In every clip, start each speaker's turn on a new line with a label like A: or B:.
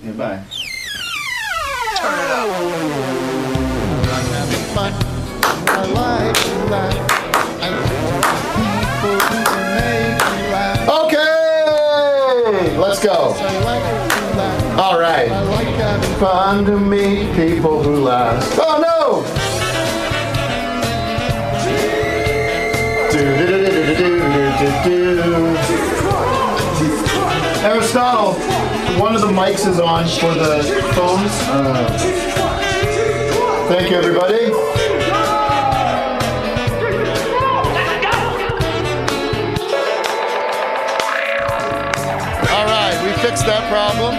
A: Goodbye.
B: Turn it up.
C: I'm having fun. I like to laugh. I think it's people who can make me laugh.
D: Okay, let's go.
C: I like to laugh.
D: All
C: I
D: right.
C: like having fun.
D: Fun to meet people who laugh. Oh no! Do-do-do-do-do-do-do-do. Aristotle, one of the mics is on for the phones. Thank you, everybody.
C: All right, we fixed that problem.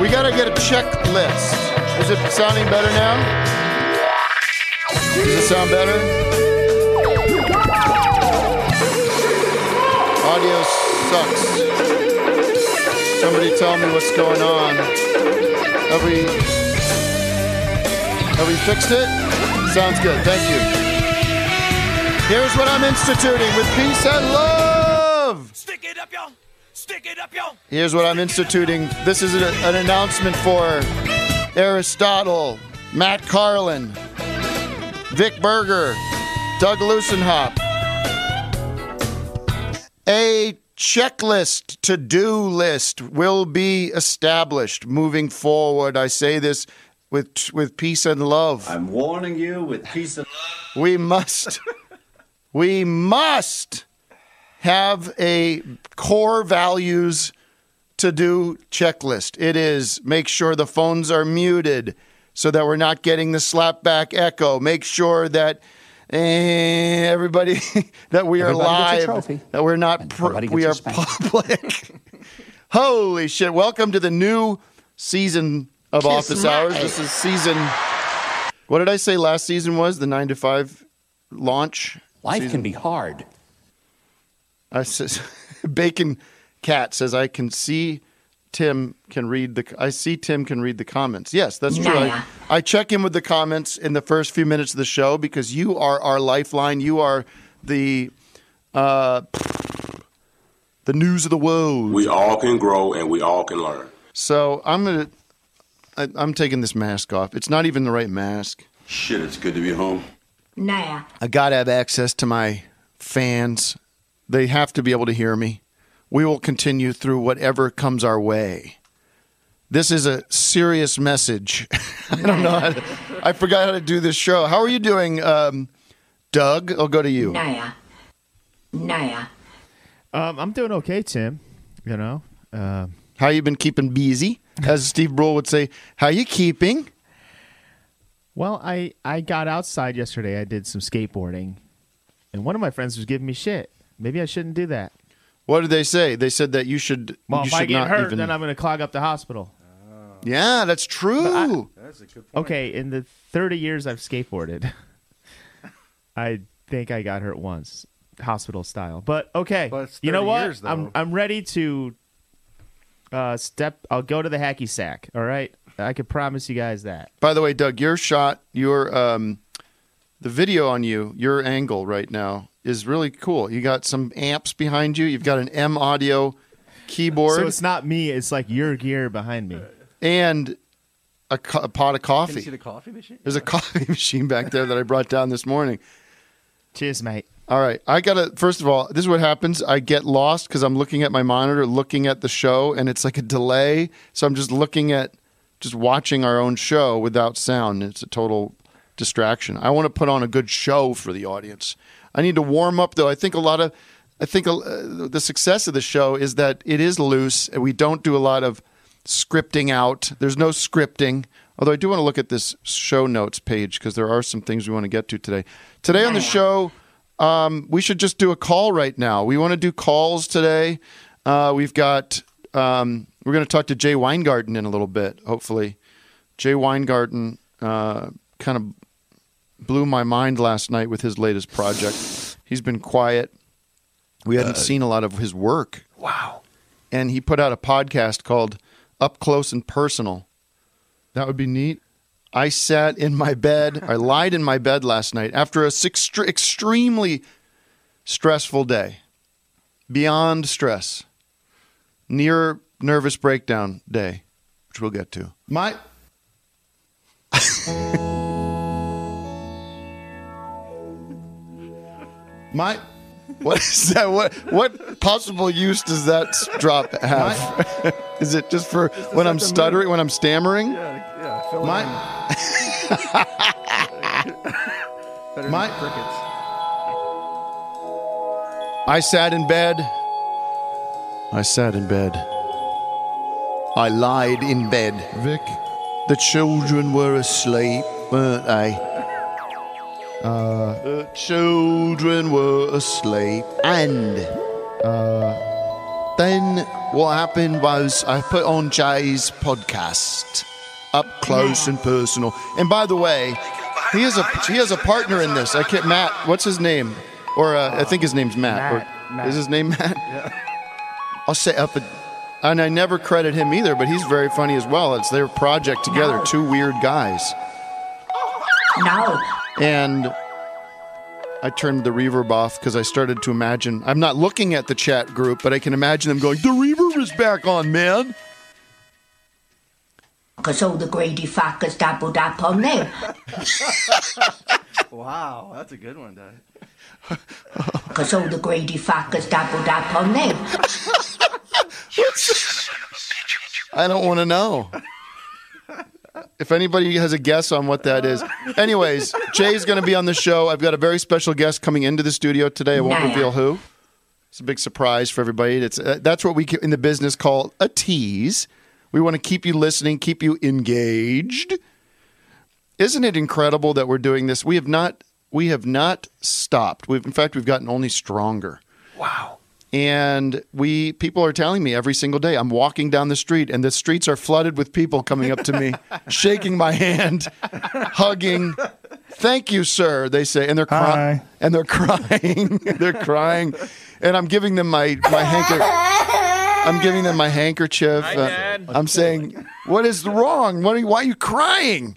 C: We gotta get a checklist. Is it sounding better now? Does it sound better? Audio sucks. Somebody tell me what's going on. Have we have we fixed it? Sounds good. Thank you. Here's what I'm instituting with peace and love.
B: Stick it up, y'all. Stick it up, y'all.
C: Here's what I'm instituting. This is an, an announcement for Aristotle, Matt Carlin, Vic Berger, Doug Lucenhop. A checklist, to do list will be established moving forward. I say this with, with peace and love.
A: I'm warning you with peace and
C: We must, we must have a core values to do checklist. It is make sure the phones are muted so that we're not getting the slapback echo. Make sure that eh, everybody that we are
E: Everybody
C: live,
E: gets a trophy.
C: that we're not pr-
E: everybody gets
C: we
E: a
C: are
E: spank.
C: public. Holy shit! Welcome to the new season of Office Hours. This is season. What did I say last season was? The nine to five launch.
E: Life can be hard.
C: I says, Bacon Cat says, I can see Tim can read the. I see Tim can read the comments. Yes, that's true. I, I check in with the comments in the first few minutes of the show because you are our lifeline. You are the uh, the news of the world.
F: We all can grow and we all can learn.
C: so I'm gonna. I, I'm taking this mask off. It's not even the right mask.
F: Shit, it's good to be home.
G: Nah.
C: I gotta have access to my fans. They have to be able to hear me. We will continue through whatever comes our way. This is a serious message. I don't know. How to, I forgot how to do this show. How are you doing, um, Doug? I'll go to you.
G: Nah. Nah.
H: Um, I'm doing okay, Tim. You know, uh,
C: How you been keeping busy? As Steve Brule would say, how you keeping?
H: well, I I got outside yesterday. I did some skateboarding, and one of my friends was giving me shit. Maybe I shouldn't do that.
C: What did they say? They said that you should.
H: Well,
C: you
H: if
C: should
H: I get
C: not
H: hurt,
C: even-
H: then I'm going to clog up the hospital.
C: yeah, that's true.
H: Okay, in the 30 years I've skateboarded, I think I got hurt once, hospital style. But okay,
I: But it's
H: you know
I: 30
H: what?
I: years,
H: I'm
I: though.
H: I'm ready to uh, step. I'll go to the hacky sack. All right, I can promise you guys that.
C: By the way, Doug, your shot, your um, the video on you, your angle right now is really cool. You got some amps behind you. You've got an M audio
H: So
C: keyboard
H: it's not me. It's like your gear behind me.
C: and a, co- a pot of
I: Can you see
C: coffee.
I: the coffee machine?
C: There's a coffee machine back there that I brought down this morning.
H: Cheers, mate.
C: All right, I gotta. First of all, this is what happens. I get lost because I'm looking at my monitor, looking at the show, and it's like a delay. So I'm just looking at, just watching our own show without sound. It's a total distraction. I want to put on a good show for the audience. I need to warm up, though. I think a lot of, I think uh, the success of the show is that it is loose. and We don't do a lot of scripting out. There's no scripting. Although I do want to look at this show notes page because there are some things we want to get to today. Today on the show um, we should just do a call right now. We want to do calls today. Uh, we've got um, we're going to talk to Jay Weingarten in a little bit. Hopefully, Jay Weingarten uh, kind of blew my mind last night with his latest project. He's been quiet. We hadn't seen a lot of his work. Wow! And he put out a podcast called Up Close and Personal. That would be neat. I sat in my bed. I lied in my bed last night after a six, extremely stressful day, beyond stress, near nervous breakdown day, which which we'll get to.
E: My My
C: What is that? What what possible use does that s- drop have? is it just for when I'm stuttering, when I'm stammering?
I: Yeah, yeah. Fill
E: my
I: it in. Better
E: my-
I: than crickets.
C: I sat in bed. I sat in bed. I lied in bed.
E: Vic
C: The children were asleep, weren't they? Uh, the children were asleep, and uh, then what happened was I put on Jay's podcast, up close and personal. And by the way, he has a he has a partner in this. I can't Matt. What's his name? Or uh, I think his name's Matt.
H: Matt,
C: or-
H: Matt.
C: Is his name Matt? I'll set up a. And I never credit him either, but he's very funny as well. It's their project together,
G: No.
C: two weird guys.
G: No.
C: And I turned the reverb off because I started to imagine. I'm not looking at the chat group, but I can imagine them going, The reverb is back on, man.
G: Because all the greedy fuckers doubled up on them.
I: Wow, that's a good one, Dad.
G: Because all the greedy fuckers doubled up on them.
C: I don't want to know. If anybody has a guess on what that is. Anyways, Jay's going to be on the show. I've got a very special guest coming into the studio today. I won't
G: Nah.
C: reveal who. It's a big surprise for everybody. It's uh, that's what we ca- in the business call a tease. We want to keep you listening, keep you engaged. Isn't it incredible that we're doing this? We have not we have not stopped. We've in fact we've gotten only stronger and we people are telling me every single day i'm walking down the street and the streets are flooded with people coming up to me shaking my hand hugging thank you sir they say and they're crying
I: Hi.
C: and they're crying they're crying and i'm giving them my my handkerchief i'm giving them my handkerchief Uh, i'm saying what is wrong what are you, why are you crying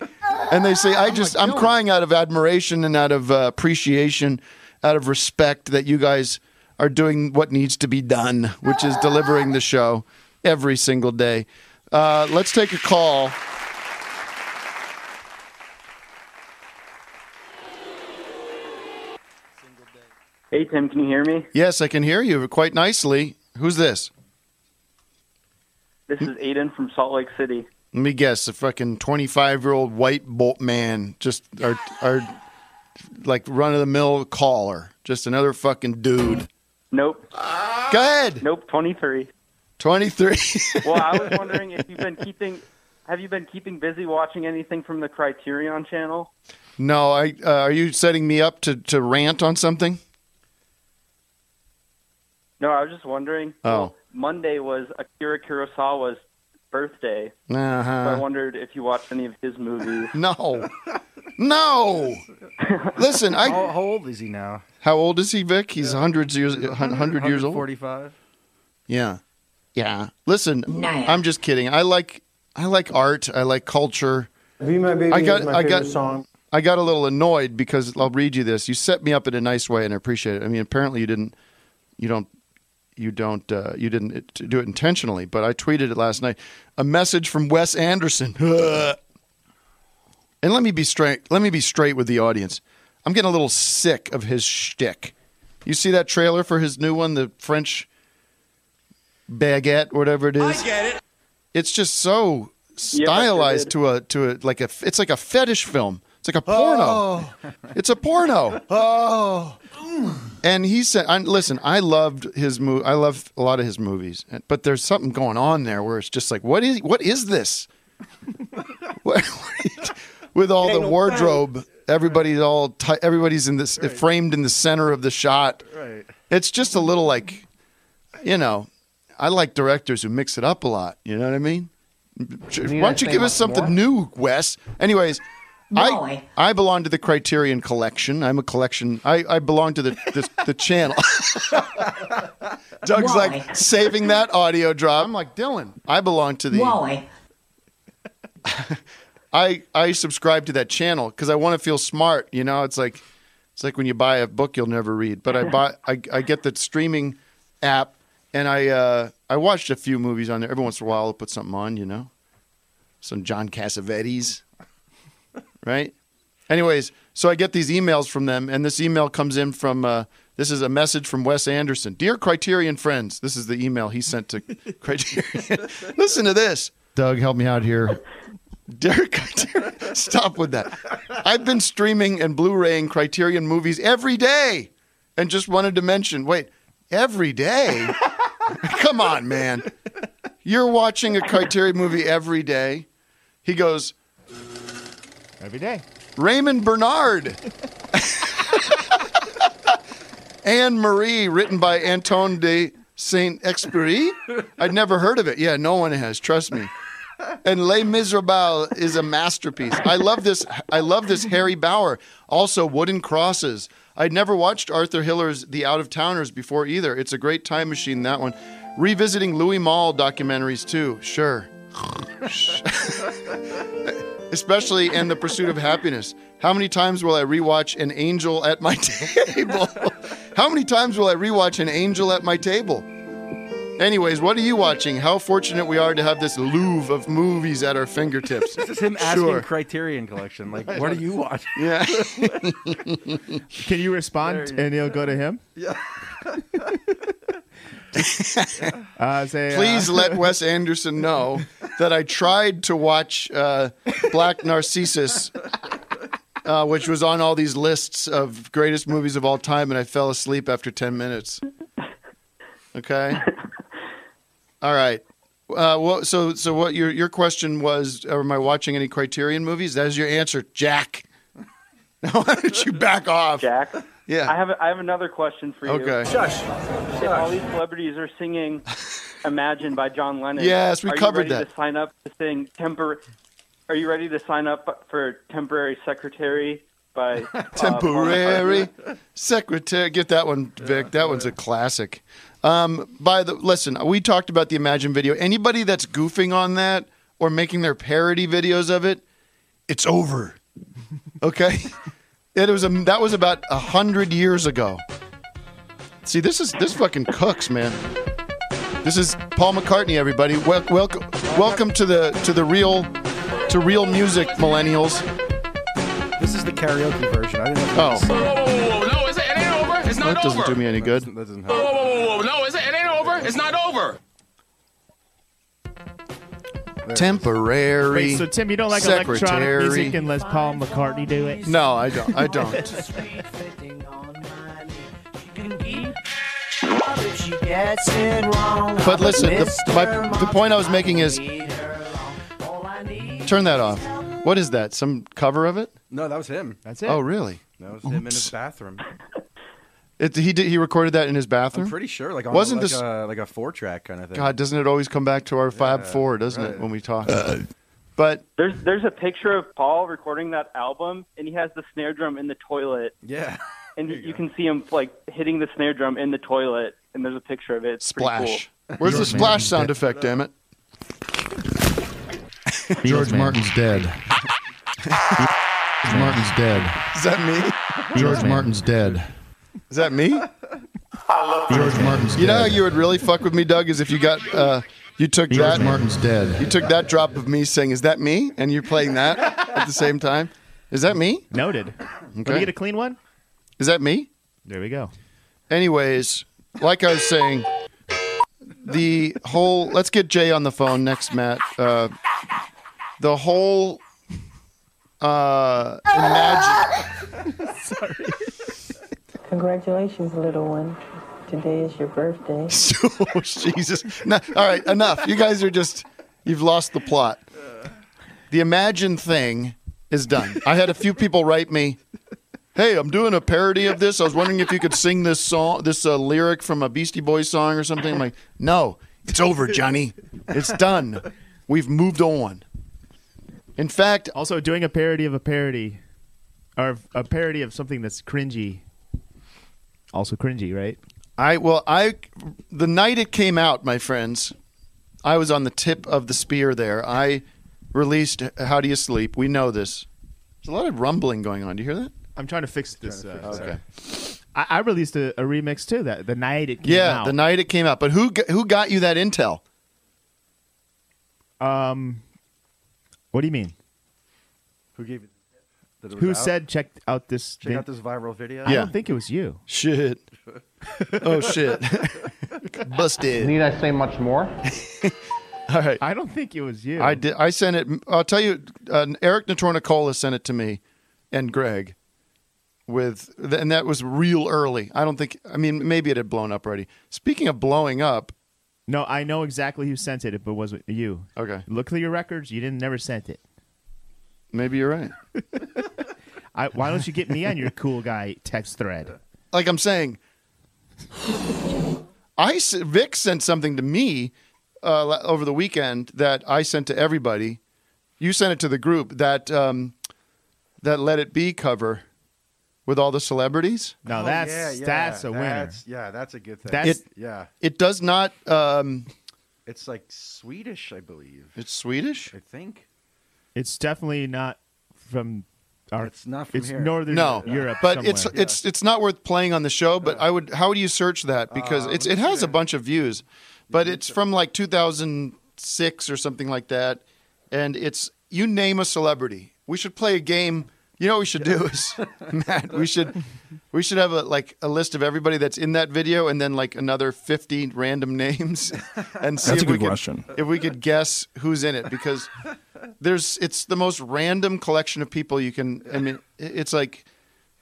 C: and they say i just i'm crying out of admiration and out of uh, appreciation out of respect that you guys are doing what needs to be done which is delivering the show every single day uh, let's take a call
J: Hey Tim, can you hear me?
C: yes i can hear you quite nicely who's this
J: This is Aiden from Salt Lake City.
C: Let me guess, a fucking twenty-five-year-old white bolt man, just our our like run-of-the-mill caller, just another fucking dude.
J: Nope,
C: Go ahead,
J: nope, 23.
C: twenty-three.
J: Well, I was wondering if you've been keeping, have you been keeping busy watching anything from the Criterion Channel?
C: no, I uh, are you setting me up to to rant on something?
J: No, I was just wondering.
C: Oh.
J: Monday was Akira Kurosawa's birthday, so I
C: Uh-huh.
J: wondered if you watched any of his movies.
C: No, no. Listen, I.
I: How, how old is he now?
C: How old is he, Vic? He's hundreds years hun- hundred years old.
I: 45.
C: Yeah. Yeah. Listen,
G: Nah.
C: I'm just kidding. I like I like art. I like culture.
D: Be My Baby
C: I got-
D: is my
C: I got-
D: favorite song.
C: I got a little annoyed because I'll read you this. You set me up in a nice way, and I appreciate it. I mean, apparently you didn't, you don't, you don't, uh, you didn't it- do it intentionally. But I tweeted it last night. A message from Wes Anderson. and let me be straight. Let me be straight with the audience. I'm getting a little sick of his shtick. You see that trailer for his new one, the French baguette, whatever it is
B: get it.
C: it's just so stylized
J: did.
C: to a to a like a it's like a fetish film. It's like a porno. It's a porno. oh. And he said, I, "Listen, I loved his mo- I loved a lot of his movies, and- but there's something going on there where it's just like, what is what is this? What- With all the wardrobe, everybody's all ti everybody's in this framed in the center of the shot.
I: Right.
C: It's just a little like, you know, I like directors who mix it up a lot. You know what I mean? Why don't you
I: anything
C: give us
I: else
C: something new, Wes? Anyways, I
G: Why?
C: I belong to the Criterion Collection. I'm a collection. I, I belong to the the, the channel. Doug's
G: Why?
C: like saving that audio drop. I'm like Dylan. I belong to the.
G: Why?
C: I I subscribe to that channel because I want to feel smart. You know, it's like it's like when you buy a book you'll never read, but I buy I, I get the streaming app and I uh, I watched a few movies on there every once in a while. I'll put something on, you know. some John Cassavetes, right? Anyways, so I get these emails from them, and this email comes in from uh, this is a message from Wes Anderson. Dear Criterion friends, this is the email he sent to Criterion. Listen to this. Doug, help me out here. Dear Criterion, stop with that. I've been streaming and Blu-raying Criterion movies every day, and just wanted to mention. Wait, every day? Come on, man. You're watching a Criterion movie every day. He goes,
H: Every day.
C: Raymond Bernard. Anne Marie, written by Anton de Saint Exupéry. I'd never heard of it. Yeah, no one has. Trust me. And Les Miserables is a masterpiece. I love this. I love this Harry Bauer. Also, Wooden Crosses. I'd never watched Arthur Hiller's The Out of Towners before either. It's a great time machine. That one. Revisiting Louis Malle documentaries too. Sure especially in the pursuit of happiness. How many times will I rewatch an angel at my table? How many times will I rewatch an angel at my table? Anyways, what are you watching? How fortunate we are to have this louvre of movies at our fingertips.
I: This is him asking
C: Sure.
I: Criterion Collection, like, what are you watching?
C: Yeah.
H: Can you respond and it'll go to him? Yeah. uh, say, uh,
C: Please let Wes Anderson know that I tried to watch uh, Black Narcissus, uh, which was on all these lists of greatest movies of all time, and I fell asleep after 10 minutes. Okay? All right. Uh, well, so, so what your, your question was, am I watching any Criterion movies? That is your answer, Jack. Now, why don't you back off?
J: Jack. I
C: Yeah.
J: have I have another question for you.
C: Okay.
J: If all these celebrities are singing "Imagine" by John Lennon.
C: Yes, we
J: are
C: covered
J: you ready
C: that.
J: To sign up to sing "Temporary," are you ready to sign up for "Temporary Secretary" by uh, Paul
C: temporary
J: McCartney?
C: secretary. Get that one, Vic. That one's a classic. Um, by the listen, we talked about the Imagine video. Anybody that's goofing on that or making their parody videos of it, it's over. Okay, it was a, that was about a hundred years ago. See, this is this fucking cooks, man. This is Paul McCartney, everybody. Wel- welcome, welcome to the to the real to real music, millennials.
I: This is the karaoke version. I didn't know.
C: Oh.
B: Whoa, whoa, whoa, whoa, no, it's, it ain't over. It's not
C: That doesn't
B: over.
C: do me any
I: That
C: good.
I: doesn't- that doesn't
B: Whoa,
I: help.
B: whoa, whoa, whoa, whoa, no, it's, it ain't over. It's not over.
C: Temporary.
H: Wait, so Tim, you don't like
C: Secretary.
H: electronic music unless Paul McCartney do it?
C: no, I don't. I don't. But listen, the, my, the point I was making is turn that off. What is that? Some cover of it?
I: No, that was him.
H: That's it.
C: Oh, really?
I: That was him in his bathroom.
C: It, he did. He recorded that in his bathroom.
I: I'm pretty sure, like on
C: Wasn't
I: like
C: this-
I: a, like a four track kind of thing.
C: God, doesn't it always come back to our Fab Four, doesn't it,
I: right.
C: when we talk? but
J: There's there's a picture of Paul recording that album, and he has the snare drum in the toilet,
I: Yeah.
J: and you, can see him like hitting the snare drum in the toilet. And there's a picture of it. It's pretty cool.
C: splash. Where's the
H: George
C: splash
H: Martin's
C: sound
H: dead.
C: effect? Damn it!
H: Beatles, man.
E: dead. George Martin's dead.
C: Is that me?
H: Beatles, man.
E: dead.
C: Is that me?
E: George Martin's
C: You know how you would really fuck with me, Doug, is if you got uh, you took that You
E: dead.
C: took that drop of me saying, "Is that me?" and you're playing that at the same time. Is that me?
H: Noted. Let
C: Okay.
H: me get a clean one.
C: Is that me?
H: There we go.
C: Anyways, like I was saying, the whole let's get Jay on the phone next, Matt. Uh, the whole uh, imagine.
G: Congratulations, little one. Today is your birthday.
C: oh, Jesus. No, all right, enough. You guys are just, you've lost the plot. The Imagine thing is done. I had a few people write me, hey, I'm doing a parody of this. I was wondering if you could sing this song, this uh, lyric from a Beastie Boys song or something. I'm like, no, it's over, Johnny. It's done. We've moved on. In fact,
H: Also, doing a parody of a parody, or a parody of something that's cringy. Also cringy, right?
C: I well, I the night it came out, my friends, I was on the tip of the spear. There, I released "How Do You Sleep." We know this. There's a lot of rumbling going on. Do you hear that?
H: I'm trying to fix this. uh, sorry. I, I released a, a remix too. That the night it came
C: Yeah,
H: out.
C: the night it came out. But who g- who got you that intel?
H: Um, What do you mean?
I: Who gave you? that it was
H: Who
I: out?
H: said check out this?
I: Check
H: thing?
I: out this viral video.
H: I don't think it was you.
C: Shit. Oh shit. Busted.
K: Need I say much more?
C: All right.
H: I don't think it was you.
C: I did. I sent it. I'll tell you. Uh, Eric Natornicola sent it to me, and Greg, with and that was real early. I don't think. I mean, maybe it had blown up already. Speaking of blowing up,
H: No, I know exactly who sent it, but was it you?
C: Okay.
H: Look through your records. You didn't never sent it.
C: maybe you're right.
H: I, why don't you get me on your cool guy text thread?
C: Like I'm saying, I s- Vic sent something to me uh, la- over the weekend that I sent to everybody. You sent it to the group that um, that Let It Be cover with all the celebrities.
H: No,
I: Oh,
H: that's
I: yeah, yeah,
H: that's a winner.
I: that's- yeah, that's a good thing.
H: That's-
C: It-
I: yeah,
C: It does not. Um,
I: it's like Swedish, I believe.
C: it's Swedish.
I: I think.
H: It's definitely not from our.
I: It's not from
H: it's
I: here.
H: northern
C: No,
H: Europe.
C: but it's
H: somewhere.
C: it's it's not worth playing on the show. But I would. How do you search that?
I: Uh,
C: Because it's it has a bunch of views, but it's from like 2006 or something like that, and it's you name a celebrity. We should play a game. You know what we should do is Matt. We should we should have a like a list of everybody that's in that video, and then like another 50 random names, and see
E: That's
C: if
E: a
C: we
E: good
C: could
E: question.
C: if we could guess who's in it because there's it's the most random collection of people you can i mean it's like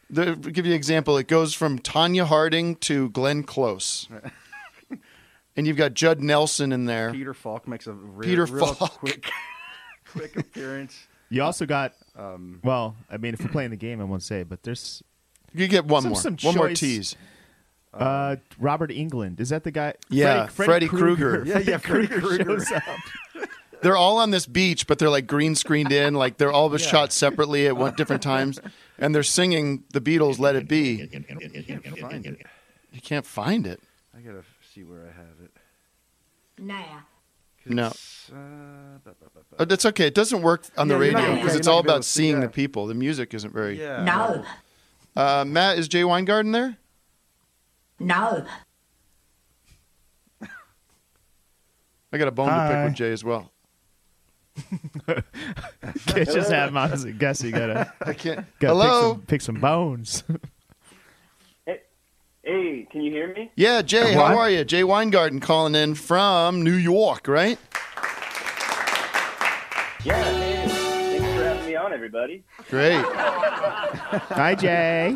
C: the, give you an example it goes from tanya harding to glenn close and you've got judd nelson in there
I: Peter Falk makes a re-
C: Peter
I: real
C: Falk.
I: quick, quick appearance.
H: you also got. well, I mean, if we're playing the game, I won't say, it, but there's
C: you get one
H: Some-
C: more
H: some
C: one more
H: choice.
C: tease
H: uh, Robert England. Is that the guy?
C: Yeah, Freddy Krueger.
I: Yeah, yeah, Freddy Krueger.
H: shows up.
C: they're all on this beach but they're like green screened in like they're all was shot separately at one different times and they're singing the beatles let it be
I: Find it.
C: you can't find it
I: I gotta see where I have it.
G: Now,
I: 'Cause
C: No.
I: it's, uh, ba- ba- ba- ba-
C: Uh, That's okay. It doesn't work on the
I: Yeah, you're not
C: radio
G: gonna-
C: because
I: yeah,
C: it's
I: you're not
C: all
I: gonna be able
C: about
I: to see
C: seeing the
I: that.
C: people. The music isn't very.
I: yeah.
G: no,
C: Uh, Matt is Jay Weingarten there?
G: no,
C: I got a bone to
E: Hi.
C: pick with Jay as well.
H: Can't just have him on as a guess. You gotta,
C: I can't.
H: gotta
C: Hello.
H: Pick, some, pick some bones.
J: Hey, can you hear me?
C: Yeah, Jay.
E: What?
C: How are you? Jay Weingarten calling in from New York, right?
J: Yeah. Hey, thanks for having me on, everybody.
C: Great.
H: Hi, Jay.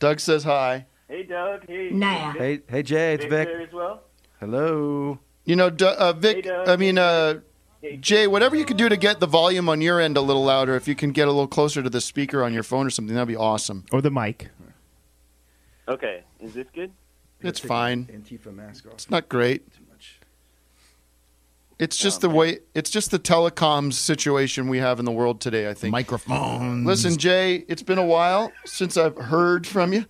C: Doug says hi.
J: Hey, Doug. Hey.
G: now.
I: Hey, hey, Jay, it's
J: Vic
I: Vic.
J: there as well.
I: Hello.
C: You know, Du- uh,
J: Hey,
C: Vic.
J: Doug.
C: I mean, uh, Jay. Whatever you could do to get the volume on your end a little louder, if you can get a little closer to the speaker on your phone or something, that'd be awesome.
H: Or the mic.
J: Okay. Is this good?
C: It's fine.
I: Antifa mask off
C: It's not great.
I: too much. Oh,
C: It's just the way. It's just the telecoms situation we have in the world today. I think.
E: Microphones.
C: Listen, Jay, it's been a while since I've heard from you.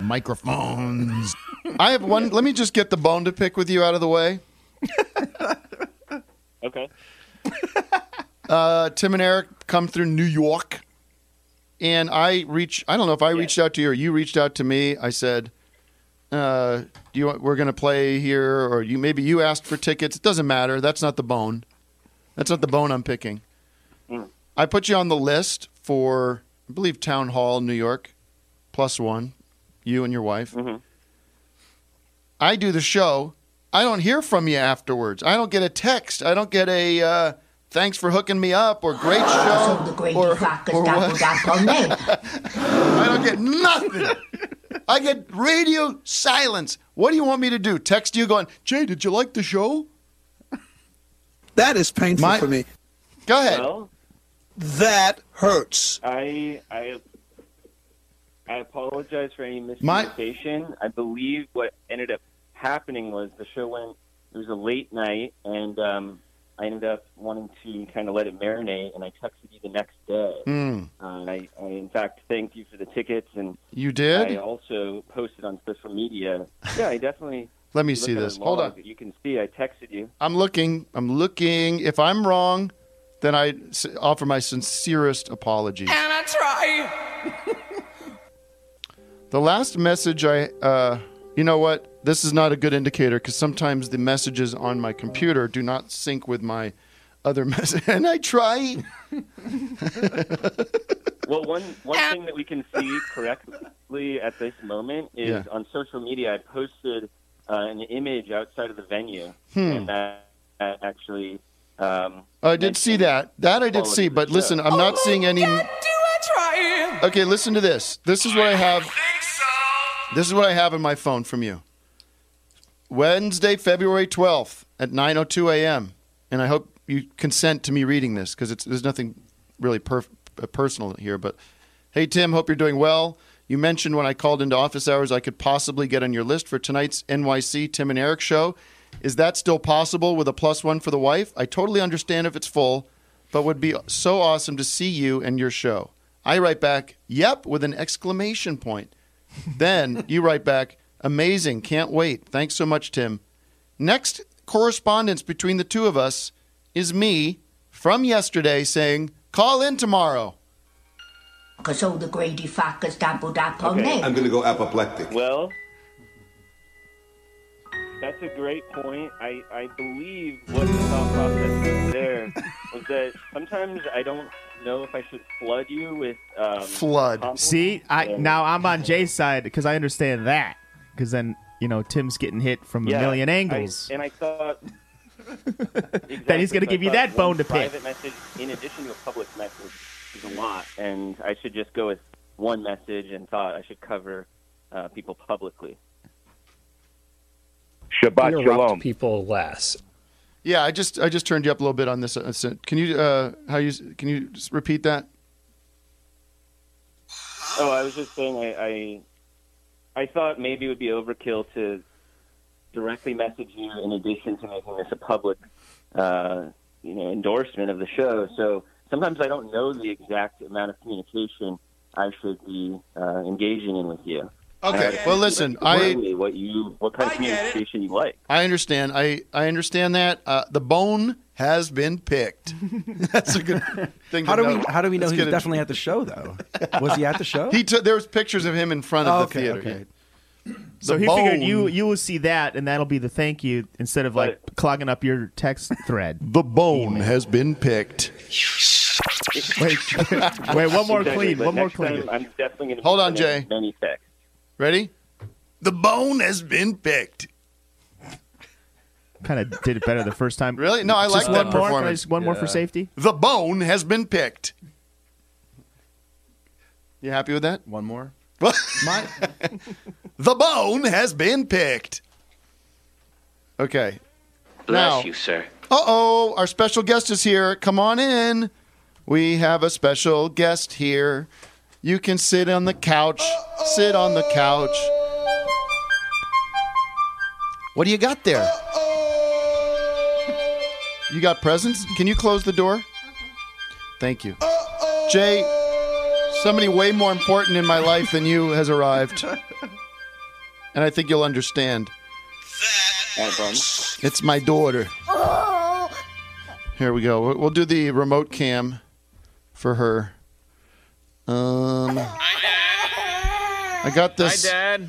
E: Microphones.
C: Uh, I have one. Let me just get the bone to pick with you out of the way.
J: Okay.
C: Uh, Tim and Eric come through New York, and I reach. I don't know if I reached out to you or you reached out to me. I said, uh, "Do you? want- We're going to play here, or you? Maybe you asked for tickets. It doesn't matter. That's not the bone. That's not the bone I'm picking. I put you on the list for, I believe, Town Hall, New York, plus one. You and your wife. I do the show. I don't hear from you afterwards. I don't get a text. I don't get a uh, thanks for hooking me up or great
G: Ah, So the
C: show
G: Grady
C: or,
G: Fuckers
C: or
G: double
C: what.
G: up on me.
C: I don't get nothing. I get radio silence. What do you want me to do? Text you going, Jay, did you like the show?
L: That is painful
C: My-
L: for me.
C: Go ahead.
M: Well,
L: That hurts.
M: I I I apologize for any
C: My-
M: miscommunication. I believe what ended up happening was the show went. It was a late night, and um, I ended up wanting to kind of let it marinate, and I texted you the next day.
C: Hmm.
M: Uh, and I, I, in fact, thanked you for the tickets, and
C: you did?
M: I also posted on social media. Yeah, I definitely.
C: Let me
M: you
C: see
M: look at
C: this.
M: the
C: Hold
M: log
C: on.
M: that You can see I texted you.
C: I'm looking. I'm looking. If I'm wrong, then I s- offer my sincerest apologies.
B: And I try.
C: The last message I, uh, you know what? This is not a good indicator because sometimes the messages on my computer do not sync with my other message. And I try.
M: Well, one one thing that we can see correctly at this moment is
C: Yeah.
M: on social media. I posted uh, an image outside of the venue,
C: Hmm.
M: and that, that actually. Um,
C: I did see that. That I did
M: Quality
C: see,
M: of
C: but
M: the
C: listen,
M: show.
C: I'm not seeing any.
E: Oh,
K: I try
C: Okay, listen to this. This is what I have. This is what I have in my phone from you. Wednesday, February 12th at 9:02 a.m. And I hope you consent to me reading this because it's there's nothing really perf- uh, personal here. But hey, Tim, hope you're doing well. You mentioned when I called into office hours I could possibly get on your list for tonight's NYC Tim and Eric show. Is that still possible with a plus one for the wife? I totally understand if it's full, but would be so awesome to see you and your show. I write back, yep, with an exclamation point. Then you write back, amazing, can't wait. Thanks so much, Tim. Next correspondence between the two of us is me from yesterday saying, call in tomorrow.
G: Cause all the greedy fuckers double up on
F: Okay.
G: me.
F: I'm gonna go apoplectic.
M: Well, that's a great point. I, I believe what the thought process was there was that sometimes I don't know if I should flood you with um, compliments.
H: See, I
M: Yeah.
H: now I'm on Jay's side because I understand that. Because then you know Tim's getting hit from
M: Yeah,
H: a million
M: I-
H: angles.
M: and I thought
H: Then he's gonna
M: Exactly. So
H: give you
M: I
H: that
M: thought
H: bone
M: one
H: to pick.
M: Private message, in addition to a public message, is a lot, and I should just go with one message. And thought I should cover uh, people publicly.
N: Shabbat
C: Interrupt
N: shalom. people less.
C: Yeah, I just I just turned you up a little bit on this. uh, so- Can you uh, how you can you just repeat that?
M: Oh, I was just saying, I, I, I thought maybe it would be overkill to directly message you in addition to making this a public, uh, you know, endorsement of the show. So sometimes I don't know the exact amount of communication I should be uh, engaging in with you.
C: Okay,
M: And I-
C: well, listen, I-
M: Importantly, what you, what kind of communication you like.
C: I understand. I I understand that uh, the bone has been picked. That's a good thing.
O: How
C: to
O: do we
C: know.
O: how do we know
C: Let's
O: he was
C: get it-
O: definitely at the show though? Was he at the show?
C: He took there was pictures of him in front
O: Oh,
C: of
O: okay,
C: the theater.
O: okay.
H: So
C: The
H: he figured you
C: bone.
H: you will see that, and that'll be the thank you instead of like clogging up your text thread.
C: The bone has been picked.
H: Wait, wait, one more
M: Exactly,
H: clean,
M: but
H: one more
M: next
H: clean.
M: time I'm definitely going to
C: Hold on, Jay.
M: Many texts.
C: Ready? The bone has been picked.
H: Kind of did it better the first time.
C: Really? No, I like
H: Just
C: that
H: one more? Can I
C: performance.
H: just- one more for safety.
C: The bone has been picked. You happy with that?
O: One more.
C: My- the bone has been picked. Okay.
P: Bless
C: Now-
P: you, sir.
C: Uh oh, our special guest is here. Come on in. We have a special guest here. You can sit on the couch. Sit on the couch. What do you got there? You got presents? Can you close the door? Thank you. Jay, somebody way more important in my life than you has arrived. And I think you'll understand. It's my daughter. Here we go. We'll- We'll do the remote cam for her. Um, I got this.
B: Hi, Dad.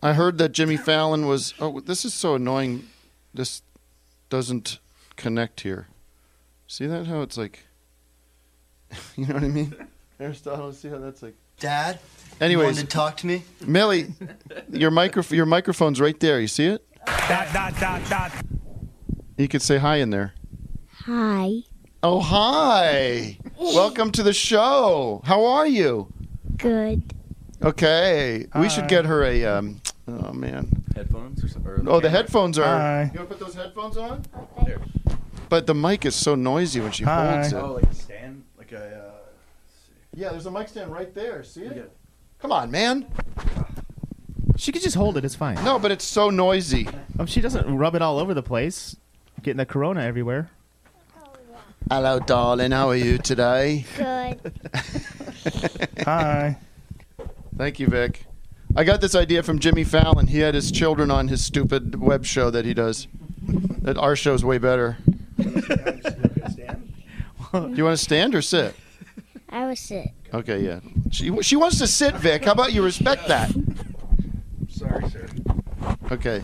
C: I heard that Jimmy Fallon was. Oh, this is so annoying. This doesn't connect here. See that? How it's like. You know what I mean? Aristotle, see how that's like.
Q: Dad.
C: Anyways,
Q: you wanted to talk to me.
C: Millie, your micro your microphone's right there. You see it?
Q: Dot dot dot dot.
C: You could say hi in there.
R: Hi.
C: Oh, hi. Welcome to the show. How are you?
R: Good.
C: Okay. We should get her a um oh man.
O: Headphones or something?
C: Oh, the headphones are want
O: You
C: to put those headphones on? but the mic is so noisy when she holds it.
O: Oh, like a stand, like a. Uh,
C: Yeah, there's a mic stand right there. See it? Come on, man.
H: She could just hold it. It's fine.
C: No, but it's so noisy.
H: Oh, she doesn't rub it all over the place, getting the corona everywhere.
C: Hello, darling. How are you today?
R: Good.
C: Hi. Thank you, Vic. I got this idea from Jimmy Fallon. He had his children on his stupid web show that he does. That our show's way better. Do you want to stand or sit?
R: I was sick.
C: Okay, yeah. She, she wants to sit, Vic. How about you respect that?
O: sorry, sir.
C: Okay.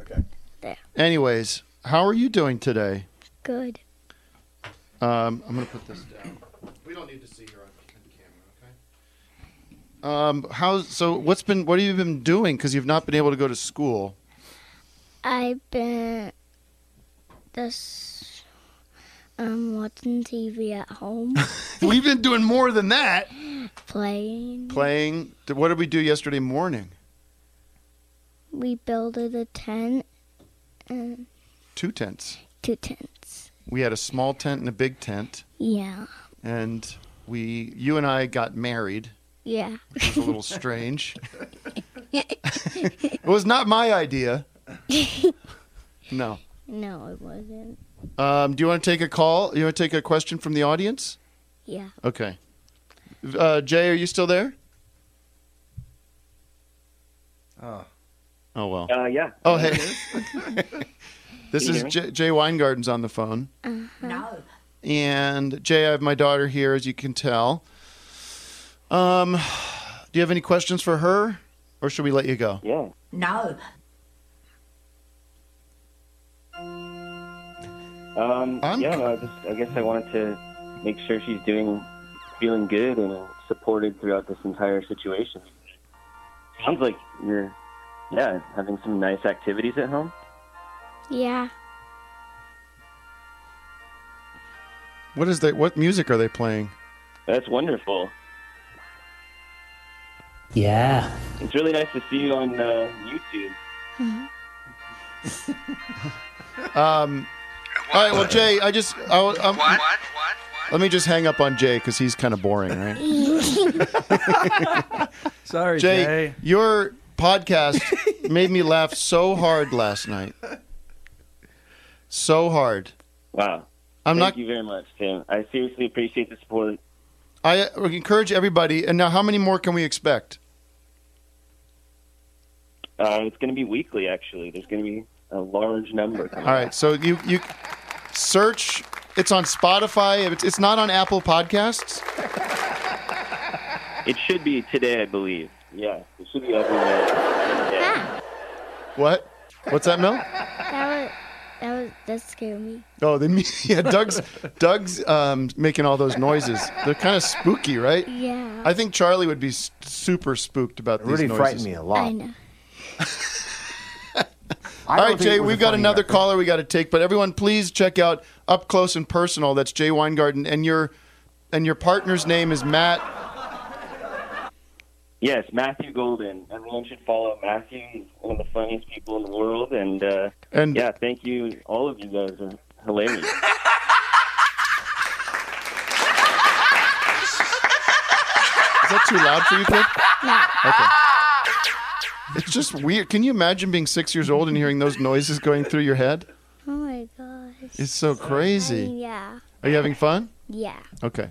O: Okay.
R: There.
C: Anyways, how are you doing today?
R: Good.
C: Um, I'm going to put this down. We don't need to see her on camera, okay? Um, how's so? What's been? What have you been doing? Because you've not been able to go to school.
R: I've been this um watching TV at home,
C: We've been doing more than that.
R: playing.
C: Playing. Did- What did we do yesterday morning?
R: We builded a tent and
C: Two tents.
R: two tents.
C: We had a small tent and a big tent,
R: Yeah,
C: and we, you and I, got married.
R: yeah.
C: It was a little strange. it was not my idea. No.
R: no, it wasn't.
C: Um, do you want to take a call? You want to take a question from the audience?
R: Yeah.
C: Okay. Uh, Jay, are you still there?
O: Oh.
C: Oh well.
M: Uh, yeah.
C: Oh hey. this
M: Can you
C: is
M: hear me?
C: J- Jay Weingarten's on the phone,
G: No.
C: and Jay, I have my daughter here, as you can tell. Um, do you have any questions for her, or should we let you go?
M: Yeah.
G: No.
M: Um, yeah, no, I just I guess I wanted to make sure she's doing, feeling good and supported throughout this entire situation. Sounds like you're, yeah, having some nice activities at home.
R: Yeah.
C: What is they? What music are they playing?
M: That's wonderful.
C: Yeah.
M: It's really nice to see you on uh, YouTube.
R: Oh
C: Um. All right. Well, Jay, I just I, I'm, what? Let me just hang up on Jay because he's kind of boring, right?
O: Sorry,
C: Jay,
O: Jay.
C: your podcast made me laugh so hard last night. So hard.
M: Wow.
C: I'm
M: Thank
C: not-
M: you very much, Tim. I seriously appreciate the support.
C: I uh, encourage everybody. And now, how many more can we expect?
M: Uh, it's going to be weekly, actually. There's going to be a large number.
C: All
M: Coming.
C: right. So you you search. It's on Spotify. It's, it's not on Apple Podcasts.
M: It should be today, I believe. Yeah, it should be everywhere. Yeah.
C: What? What's that, Mel?
R: That was that was that scared me.
C: Oh, they mean yeah. Doug's Doug's um, making all those noises. They're kind of spooky, right?
R: Yeah.
C: I think Charlie would be s- super spooked about these
E: Rudy
C: noises.
E: frightened me a lot.
R: I know.
E: I
C: All
E: don't
C: right,
E: think
C: Jay,
E: it was
C: we've
E: a
C: got
E: funny
C: another
E: record.
C: caller we got to take, but everyone, please check out up close and personal. That's Jay Weingarten, and your and your partner's name is Matt.
M: Yes, Matthew Golden. Everyone should follow Matthew. He's one of the funniest people in the world. And, uh,
C: And-
M: yeah, thank you. All of you guys are hilarious.
C: Is that too loud for you, kid?
R: No.
C: Okay. It's just weird. Can you imagine being six years old and hearing those noises going through your head?
R: Oh my gosh.
C: It's so
R: I mean,
C: crazy.
R: yeah.
C: Are you having fun?
R: Yeah.
C: Okay.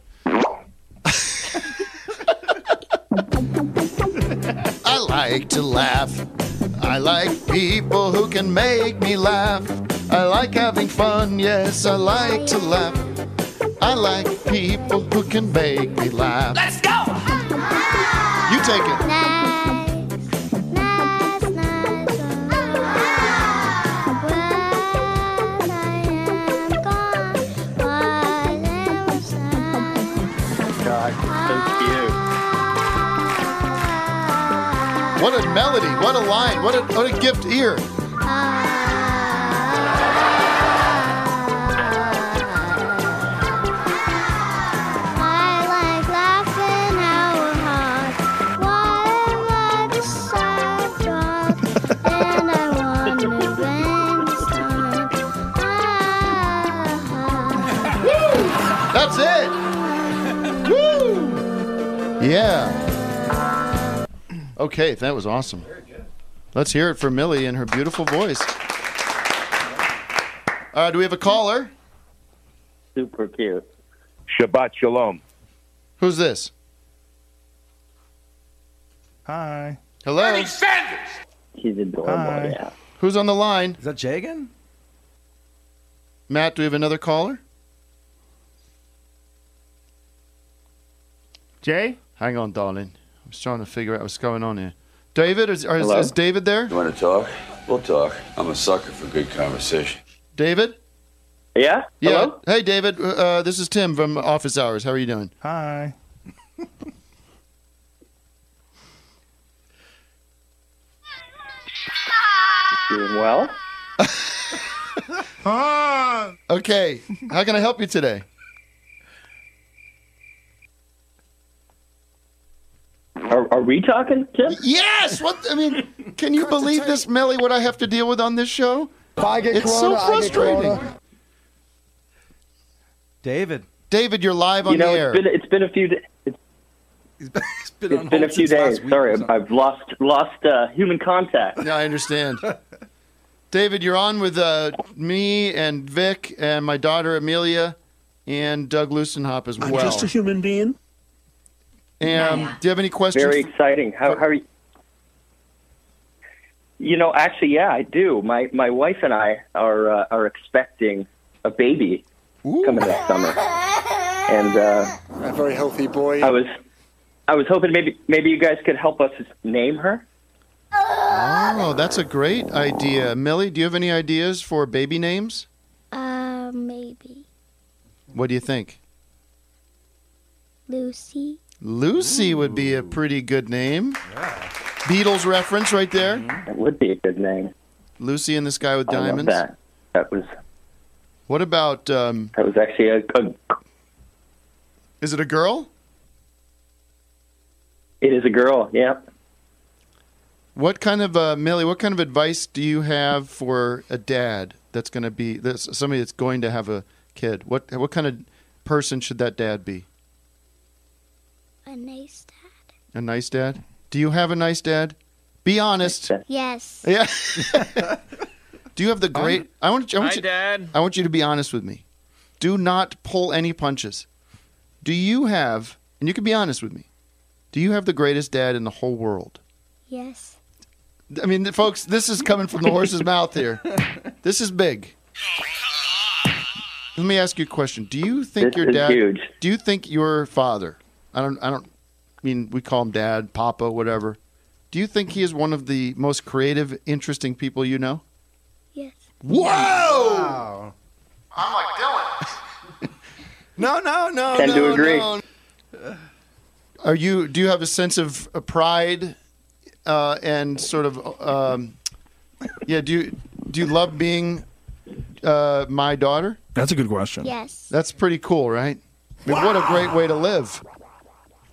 C: I like to laugh. I like people who can make me laugh. I like having fun, yes, I like to laugh. I like people who can make me laugh. Let's go! You take it.
R: Ah.
C: What a melody, what a line, what a, what a gift ear. That's it. Woo! Yeah. Okay, that was awesome. Let's hear it for Millie in her beautiful voice. All right, do we have a caller?
M: Super cute.
N: Shabbat Shalom.
C: Who's this?
O: Hi.
C: Hello.
M: She's adorable.
C: Uh,
O: Hi.
M: Yeah.
C: Who's on the line?
O: Is that Jay again?
C: Matt, do we have another caller?
H: Jay?
C: Hang on, darling. I was trying to figure out what's going on here. David, is, or is,
F: Hello?
C: is David there?
F: You want to talk? We'll talk. I'm a sucker for good conversation.
C: David?
M: Yeah.
C: Yeah.
M: Hello?
C: Hey, David. Uh, this is Tim from Office Hours. How are you doing?
O: Hi.
M: Doing well.
C: okay. How can I help you today?
M: Are, are we talking, Tim?
C: Yes. What I mean, can you believe this, Melly? What I have to deal with on this show? If
D: I get
C: it's
D: corona,
C: so
D: I get
C: frustrating.
D: corona.
C: David. David, you're live on
M: you know,
C: the air.
M: it's been it's been a few. da- It's, it's been,
C: on
M: a
C: hold
M: few
C: since last
M: days. Sorry, I've- I've lost lost uh, human contact.
C: Yeah, I understand. David, you're on with uh, me and Vic and my daughter Amelia and Doug Lucenhop as well.
L: I'm just a human being.
C: and, um, do you have any questions?
M: Very exciting. How, how are you? You know, actually, yeah, I do. My my wife and I are uh, are expecting a baby coming this summer, and uh,
D: A very healthy boy.
M: I was I was hoping maybe maybe you guys could help us name her.
C: Oh, that's a great idea. Millie, do you have any ideas for baby names?
R: Uh, maybe
C: What do you think?
R: Lucy.
C: Lucy would be a pretty good name. Beatles reference right there.
M: That would be a good name.
C: Lucy and this guy with
M: I love
C: diamonds.
M: that. That was
C: What about? Um,
M: that was actually a, a
C: Is it a girl?
M: it is a girl. Yeah.
C: What kind of uh, Millie? What kind of advice do you have for a dad that's going to be that's somebody that's going to have a kid? What what kind of person should that dad be?
R: A nice dad.
C: A nice dad? Do you have a nice dad? Be honest.
R: Yes.
C: Yeah. Do you have the great? I want you. I want
B: Hi,
C: you,
B: Dad.
C: I want you to be honest with me. Do not pull any punches. Do you have? And you can be honest with me. Do you have the greatest dad in the whole world?
R: Yes.
C: I mean, th- folks, this is coming from the horse's mouth here. This is big. Let me ask you a question. Do you think
M: This
C: your
M: is
C: dad?
M: huge.
C: Do you think your father? I don't. I don't. I mean, we call him dad, papa, whatever. Do you think he is one of the most creative, interesting people you know?
R: Yes.
C: Whoa!
D: I'm like Dylan.
C: No, no, no.
D: Tend to
C: no,
D: agree.
C: no. Are you? Do you have a sense of uh, pride uh, and sort of? Um, yeah. Do you do you love being uh, my daughter?
O: That's a good question.
R: Yes.
C: That's pretty cool, right? I mean, What a great way to live.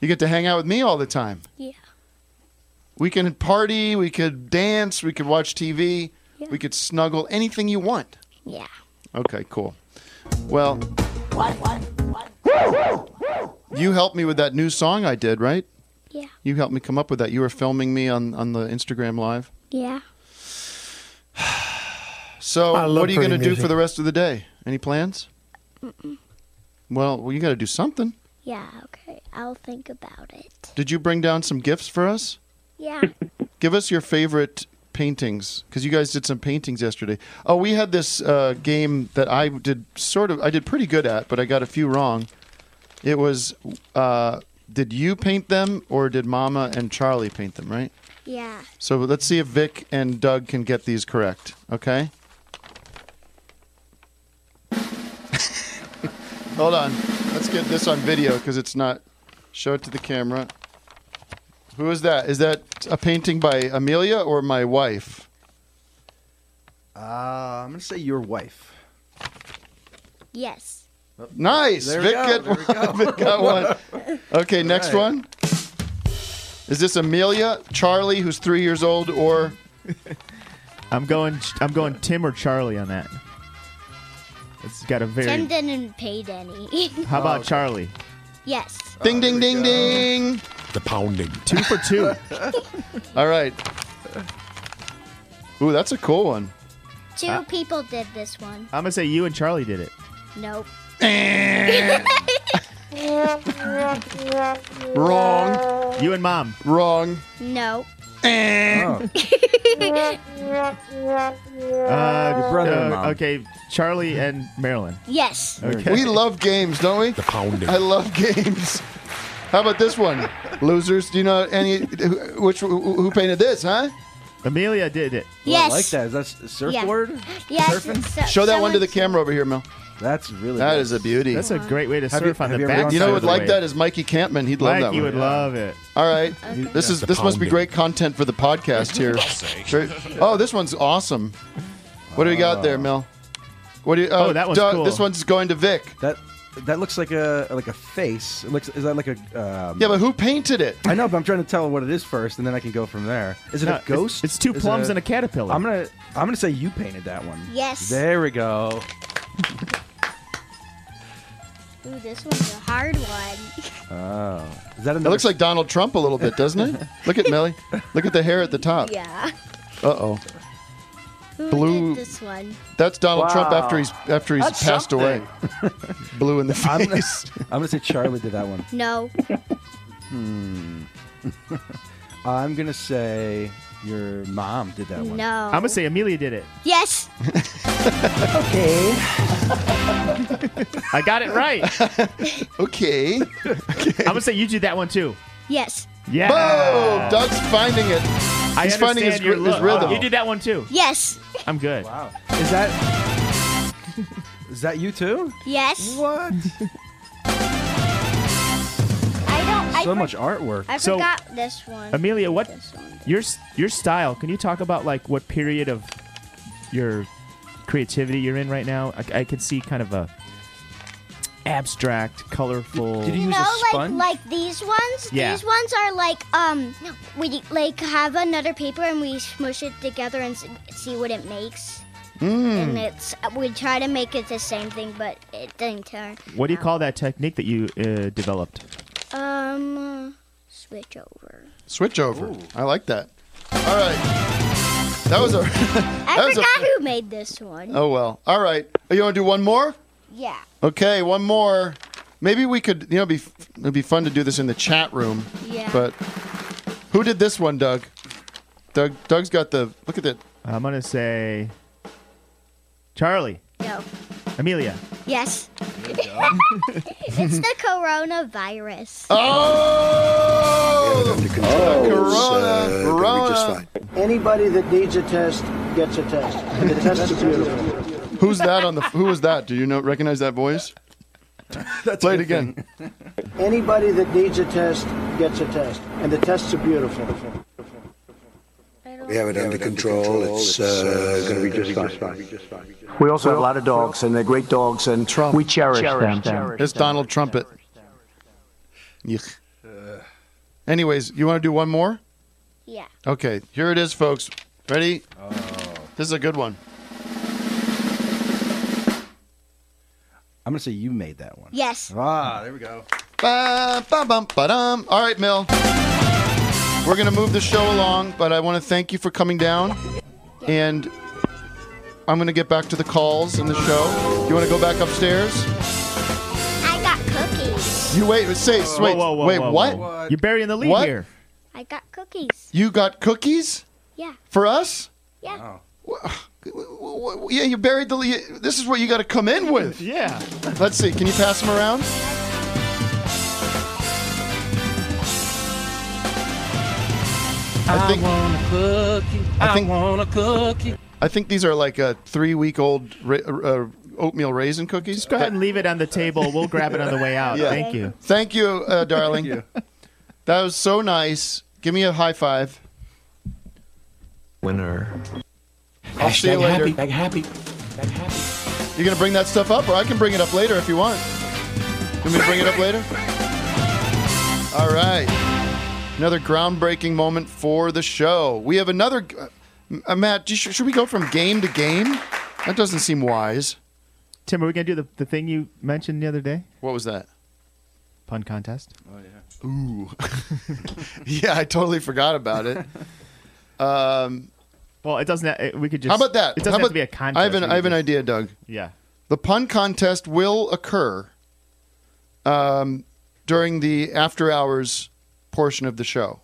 C: You get to hang out with me all the time.
R: Yeah.
C: We can party. We could dance. We could watch TV. We could snuggle. Anything you want.
R: Yeah.
C: Okay. Cool. Well,
R: What? What? What?
C: you helped me with that new song I did, right?
R: Yeah.
C: You helped me come up with that. You were filming me on, on the Instagram live.
R: Yeah.
C: So,
E: I love
C: what are you going to
E: pretty
C: do
E: music.
C: for the rest of the day? Any plans?
R: Mm-mm.
C: Well, well you got to do something.
R: Yeah. Okay. I'll think about it.
C: Did you bring down some gifts for us?
R: Yeah.
C: Give us your favorite paintings because you guys did some paintings yesterday. Oh, we had this uh, game that I did sort of, I did pretty good at, but I got a few wrong. It was, uh, did you paint them or did Mama and Charlie paint them, right?
R: Yeah.
C: So let's see if Vic and Doug can get these correct. Okay. Hold on. Let's get this on video because it's not. Show it to the camera. Who is that? Is that a painting by Amelia or my wife?
I: Uh, I'm gonna say your wife.
R: Yes.
C: Nice.
I: There we
C: Vic,
I: go,
C: get
I: there we go.
C: one. Vic got one. Okay,
I: All
C: next
I: right.
C: one. Is this Amelia, Charlie, who's three years old, or
H: I'm going. I'm going Tim or Charlie on that. It's got a very.
R: Tim didn't paint
I: Oh,
R: any.
H: How
C: Oh,
H: about Charlie?
R: Yes.
C: Ding, ding, ding, ding.
E: The pounding.
H: Two for two.
C: All right. Ooh, that's a cool one.
R: Two
H: Uh,
R: people did this one.
H: I'm gonna say you and Charlie did it.
R: Nope.
H: Eh. Wrong. You and mom. Eh.
C: Wrong. Oh.
R: No.
H: Uh,
R: Your
I: brother
H: uh,
I: and mom.
H: Okay, Charlie and Marilyn.
R: Yes.
H: Okay.
C: We love games, don't we? The
E: pounding.
C: I love games. How about this one? Losers. Do you know any? who- Which who who painted this? Huh?
H: Amelia did it.
R: Yes.
I: I like that. Is that s- surfboard?
R: Yes.
I: Surfing?
R: so-
C: Show that one to the
R: someone-
C: camera over here, Mel.
I: That's really
C: That
I: nice.
C: is a beauty.
H: That's a great way to
I: Have
H: surf
I: you-
H: on
I: have
H: the
I: you ever
H: back.
I: gone
C: You know, what would like
H: way.
C: that is Mikey Campman. He'd love that
H: Mikey
C: one.
H: would love it.
C: All right,
H: Okay.
C: this is
H: Just
C: this must be
H: pound it.
C: great content for the podcast here. Very- oh, this one's awesome. What do we got there, Mel? What do you?
I: Oh, that one's
C: Doug,
I: cool.
C: This one's going to Vic.
I: That that looks like a like a face. It looks is that like a um,
C: Yeah, but who painted it?
I: I know, but I'm trying to tell what it is first, and then I can go from there. Is it
H: No,
I: a
H: it's-
I: ghost?
H: it's two
I: Is it
H: plums and a caterpillar.
I: I'm gonna I'm gonna say you painted that one.
R: Yes.
I: There we go.
R: Ooh, this one's a hard one.
C: Oh, is that? It looks like Donald Trump a little bit, doesn't it? Look at Melly. Look at the hair at the top.
R: Yeah.
C: Uh oh.
R: Who
C: Blue.
R: did this one?
C: That's Donald Trump
R: Wow.
C: after he's after he's
R: That's
C: passed away. Blue in the face.
I: I'm gonna, I'm gonna say Charlie did that one.
R: No.
I: Hmm. I'm gonna say your mom did that one.
R: No. I'm gonna say
I: Amelia did it.
R: Yes.
I: okay.
H: I got it right.
C: okay.
H: I'm gonna say you did that one too.
R: Yes.
H: Yeah.
C: Boom! Doug's finding it.
H: I
C: He's finding
H: understand
C: his,
H: your
C: ri- his
H: look.
C: rhythm.
H: You did that one too.
R: Yes.
H: I'm good.
I: Wow. Is that is that you too?
R: Yes.
I: What?
R: I don't. I
H: So
R: for-
H: much artwork.
R: I
H: So-
R: forgot this one.
H: Amelia, what your your style? Can you talk about like what period of your creativity you're in right now? I, I could see kind of a abstract, colorful.
R: you know, like like these ones.
H: Yeah.
R: These ones are like um, we like have another paper and we smush it together and s- see what it makes.
H: Mm. Hmm.
R: And it's we try to make it the same thing, but it didn't turn.
H: what do you call that technique that you uh, developed?
R: Um, switch over.
C: Switch over. I like that. All right. That was a.
R: I
C: that was
R: forgot
C: a,
R: who made this one.
C: Oh well. All right. Oh, You want to do one more?
R: Yeah.
C: Okay, one more. Maybe we could. You know, be it'd be fun to do this in the chat room.
R: Yeah.
C: But who did this one, Doug? Doug. Doug's got the. Look at that.
H: I'm gonna say Charlie,
R: No.
H: Amelia.
R: Yes. it's the coronavirus.
C: Oh!
I: Oh.
E: corona,
S: uh,
E: corona.
P: Anybody that needs a test gets a test. And the test is beautiful.
C: Who's that on the? Who was that? Do you know? Recognize that voice? Play it again.
P: Anybody that needs a test gets a test. And the tests are beautiful.
S: We have it under control. It's uh, going to be just fine.
P: We also have a lot of dogs, and they're great dogs, and we cherish, them.
C: It's Donald Trumpet. Yuck. Uh, Anyways, you want to do one more?
R: Yeah.
C: Okay, here it is, folks. Ready?
I: Oh.
C: This is a good one.
I: I'm gonna say you made that one.
R: Yes.
I: Ah, there we go.
C: Ba, ba, bum, ba, dum. All right, Mill. We're going to move the show along, but I want to thank you for coming down. And I'm going to get back to the calls in the show. You want to go back upstairs?
R: I got cookies.
C: You wait, say, wait,
H: Whoa, whoa, whoa,
C: wait,
H: whoa,
C: what?
H: whoa. You're burying the lead
C: What?
H: here.
R: I got cookies.
C: You got cookies?
R: Yeah.
C: For us?
R: Yeah.
C: Well, Yeah, you buried the lead. This is what you got to come in with.
H: Yeah.
C: Let's see. Can you pass them around? I, think,
E: want a cookie. I,
C: think-
E: want a cookie.
C: I think these are like a three-week-old ra- uh, oatmeal raisin cookies.
H: Just go ahead and leave it on the table. We'll grab it on the way out.
C: Yeah.
H: Thank you.
C: Thank you, uh, darling. That was so nice. Give me a high five.
T: Winner.
C: I'll see you
T: Hashtag
C: later.
T: happy. Hashtag happy. Hashtag happy.
C: You're gonna bring that stuff up, or I can bring it up later if you want. You want me to bring it up later? All right. Another groundbreaking moment for the show. We have another. Uh, Matt, do you- should we go from game to game? That doesn't seem wise.
H: Tim, are we gonna do the, the thing you mentioned the other day?
C: What was that?
H: Pun contest.
I: Oh yeah.
C: Ooh. yeah, I totally forgot about it. Um,
H: well, it doesn't. It, we could just.
C: How about that?
H: It doesn't
C: How
H: have
C: about,
H: to be a contest.
C: I have an,
H: We
C: I have
H: could
C: an
H: just-
C: idea, Doug.
H: Yeah.
C: The pun contest will occur um, during the after hours portion of the show.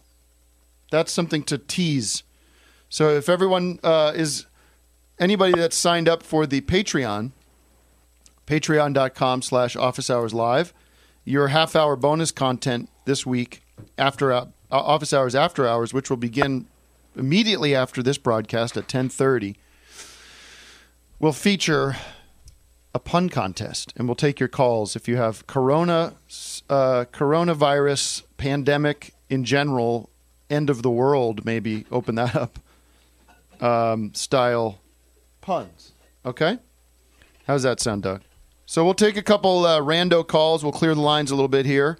C: That's something to tease. So if everyone uh, is anybody that's signed up for the Patreon, patreon.com slash office hours live, your half hour bonus content this week after uh, office hours after hours, which will begin immediately after this broadcast at 1030 will feature a pun contest, and we'll take your calls if you have corona, uh, coronavirus pandemic in general, end of the world. Maybe open that up. Um, style puns. Okay, how's that sound, Doug? So we'll take a couple uh, rando calls. We'll clear the lines a little bit here,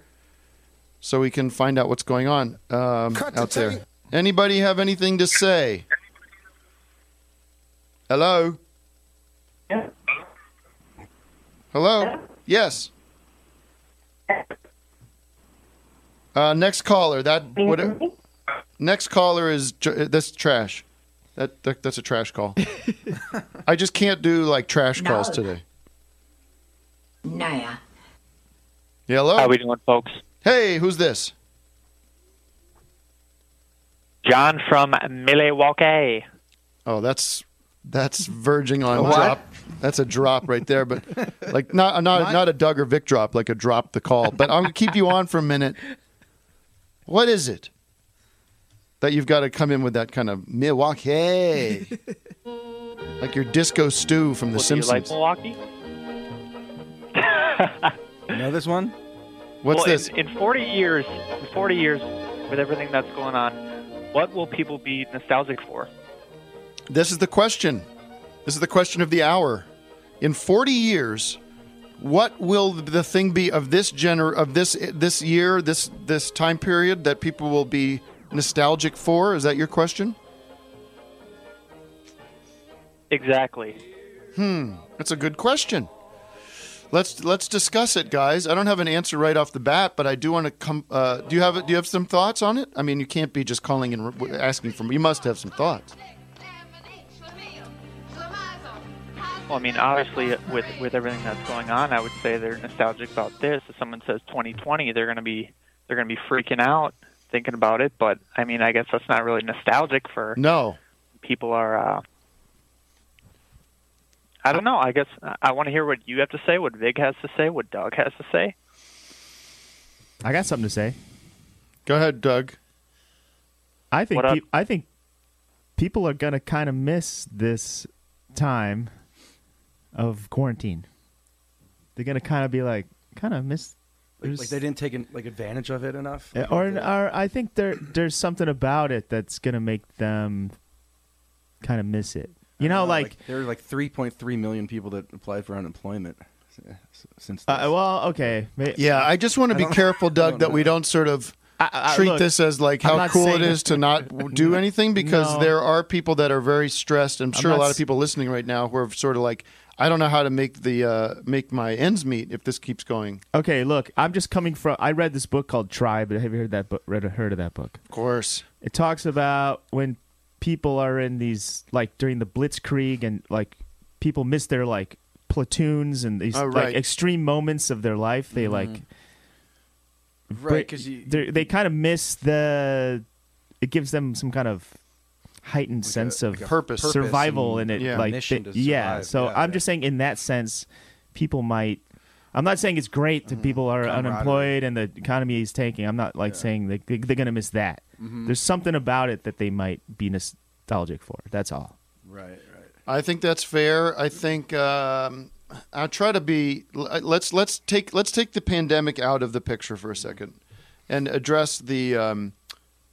C: so we can find out what's going on um, out there. Anybody have anything to say? Hello.
J: Yeah.
C: Hello. Yes. Uh, next caller. That what? Next caller is ju- that's trash. That, that that's a trash call. I just can't do like trash calls
G: No.
C: today.
G: Nah.
C: Yeah, hello. How
U: we doing, folks?
C: Hey, who's this?
U: John from Milwaukee.
C: Oh, that's that's verging on
U: A what?
C: drop. That's a drop right there, but like not not not a Doug or Vic drop, like a drop the call. But I'm gonna keep you on for a minute. What is it that you've got to come in with that kind of Milwaukee, like your disco stew from The
U: Well, do you like
C: Simpsons?
U: Milwaukee?
O: know this one?
C: What's
U: well,
C: this?
U: In, in 40 years, in 40 years, with everything that's going on, what will people be nostalgic for?
C: This is the question. This is the question of the hour. In 40 years, what will the thing be of this gener of this this year, this this time period that people will be nostalgic for? Is that your question?
U: Exactly.
C: Hmm, that's a good question. Let's let's discuss it, guys. I don't have an answer right off the bat, but I do want to come. Uh, do you have do you have some thoughts on it? I mean, you can't be just calling and re- asking for. You must have some thoughts.
U: Well, I mean, obviously, with with everything that's going on, I would say they're nostalgic about this. If someone says 2020, they're gonna be they're gonna be freaking out thinking about it. But I mean, I guess that's not really nostalgic for
C: No,
U: people are. Uh, I don't know. I guess I- I want to hear what you have to say, what Vig has to say, what Doug has to say.
H: I got something to say.
C: Go ahead, Doug.
H: I think
U: What up?
H: peop- I think people are gonna kind of miss this time of quarantine. They're gonna kind of be like, kind of miss.
O: Like, like they didn't take an, like advantage of it enough.
H: Uh, or, or I think there there's something about it that's gonna make them kind of miss it. You know, like,
O: there were Uh, like 3.3 million people that applied for unemployment s- s- since.
H: uh, well, okay, may-
C: Yeah, I just want to
H: I
C: be
H: don't-
C: careful, Doug, that we don't sort of treat
H: look,
C: this as like
H: I'm
C: how
H: not
C: cool it
H: saying-
C: is to not w- do anything because
H: No.
C: there are people that are very stressed. I'm
H: I'm
C: sure a
H: not
C: lot of
H: s-
C: people listening right now who are sort of like, I don't know how to make the uh, make my ends meet if this keeps going.
H: Okay, look, I'm just coming from. I read this book called Tribe. Have you heard that book? Read heard of that book? Of
C: course.
H: It talks about when people are in these like during the Blitzkrieg and like people miss their like platoons and these
O: Oh,
H: like
O: right.
H: extreme moments of their life. They like
O: Right, 'cause you-
H: they they kind of miss the. It gives them some kind of heightened sense of
O: like a purpose.
H: survival,
O: Purpose
H: and,
O: and
H: it
O: yeah.
H: like
O: mission
H: they-
O: to
H: yeah.
O: survive.
H: So
O: Yeah,
H: I'm just saying, in that sense, people might. I'm not saying it's great that people are
O: Mm-hmm. Camaraderie.
H: unemployed and the economy is tanking. I'm not like saying they, they, they're going to miss that.
O: Mm-hmm.
C: Mhm.
H: There's something about it that they might be nostalgic for. That's all.
O: Right.
C: I think that's fair. I think um, I try to be. l- Let's let's take let's take the pandemic out of the picture for a second, and address the um,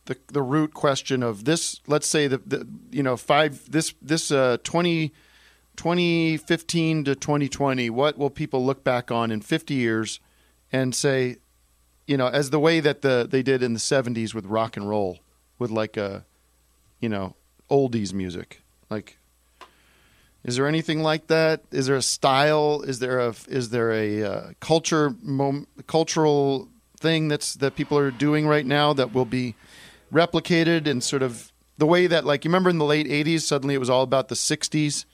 C: the the root question of this. Let's say that the, you know five this this uh, 20, 2015 to twenty twenty. What will people look back on in fifty years and say, you know, as the way that the they did in the seventies with rock and roll, with like a, you know, oldies music, like. Is there anything like that? Is there a style? Is there a is there a uh, culture mom, cultural thing that's that people are doing right now that will be replicated and sort of the way that like you remember in the late '80s suddenly it was all about the '60s.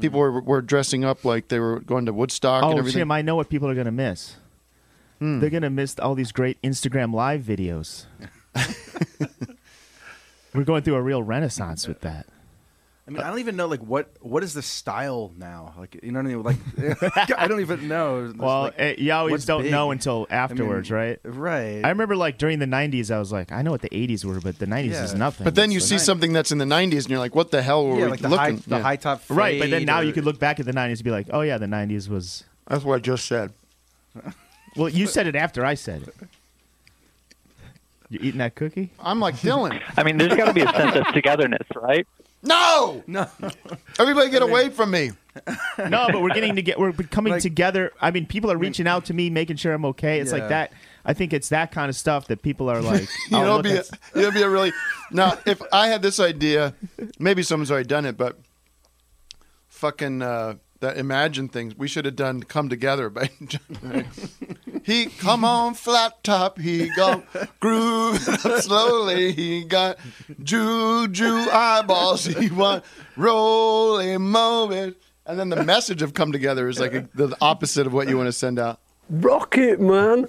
C: People were were dressing up like they were going to Woodstock and
H: Mm-hmm. Oh,
C: everything. Hmm.
H: Jim, I know what people are going to miss. They're going to miss all these great Instagram live videos. We're going through a real renaissance with that.
O: I mean, I don't even know like what what is the style now. Like you know what I mean? Like I don't even know. There's,
H: Well,
O: like,
H: eh, you always
O: what's
H: don't
O: big.
H: know until afterwards, right?
O: Right.
H: I remember like during the '90s, I was like, I know what the '80s were, but the '90s is nothing.
C: But then you
H: It's
C: see
H: like-
C: something that's in the 90s and you're like, what the hell were we looking Yeah.
H: right? But then now you
C: could
H: could look back at the '90s and be like, oh yeah, the '90s was.
A: That's what I just said.
H: Well, you said it after I said it. You eating that cookie?
C: I'm like Dylan.
U: I mean, there's got to be a sense of togetherness, right?
C: No,
O: no.
C: Everybody, get away from me.
H: no, but we're getting to get we're coming together. I mean, people are reaching out to me, making sure I'm okay. It's
C: Yeah.
H: like that. I think it's that kind of stuff that people are like.
C: you
H: oh,
C: know,
H: look,
C: be a,
H: that's-
C: you know, be a really now. If I had this idea, maybe someone's already done it, but fucking uh, that imagine things we should have done. Come together, by he come on flat top, he go groove up slowly. He got juju eyeballs. He want roll a moment, and then the message of come together is like a, the opposite of what you want to send out.
V: Rocket man.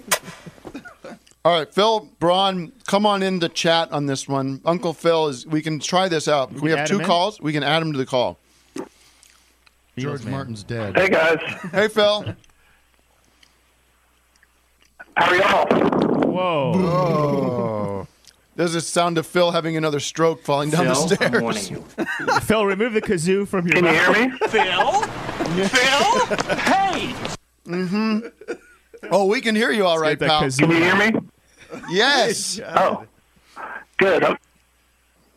C: All right, Phil Braun, come on in to chat on this one. Uncle Phil is. We can try this out. We
V: add
C: have two
V: him in?
C: calls. We can add him to the call.
V: George man.
C: Martin's dead.
V: Hey, guys.
C: Hey Phil.
H: Whoa.
C: Whoa. There's a sound of Phil having another stroke falling down
V: Phil,
C: the stairs.
V: I'm warning you.
H: Phil, remove the kazoo from your.
V: Can you hear
H: mouth.
V: Phil? Phil? Hey!
C: Mm-hmm. Oh, we can hear you all right,
V: that
C: pal.
V: kazoo. Can you hear me?
C: Yes. oh,
V: good.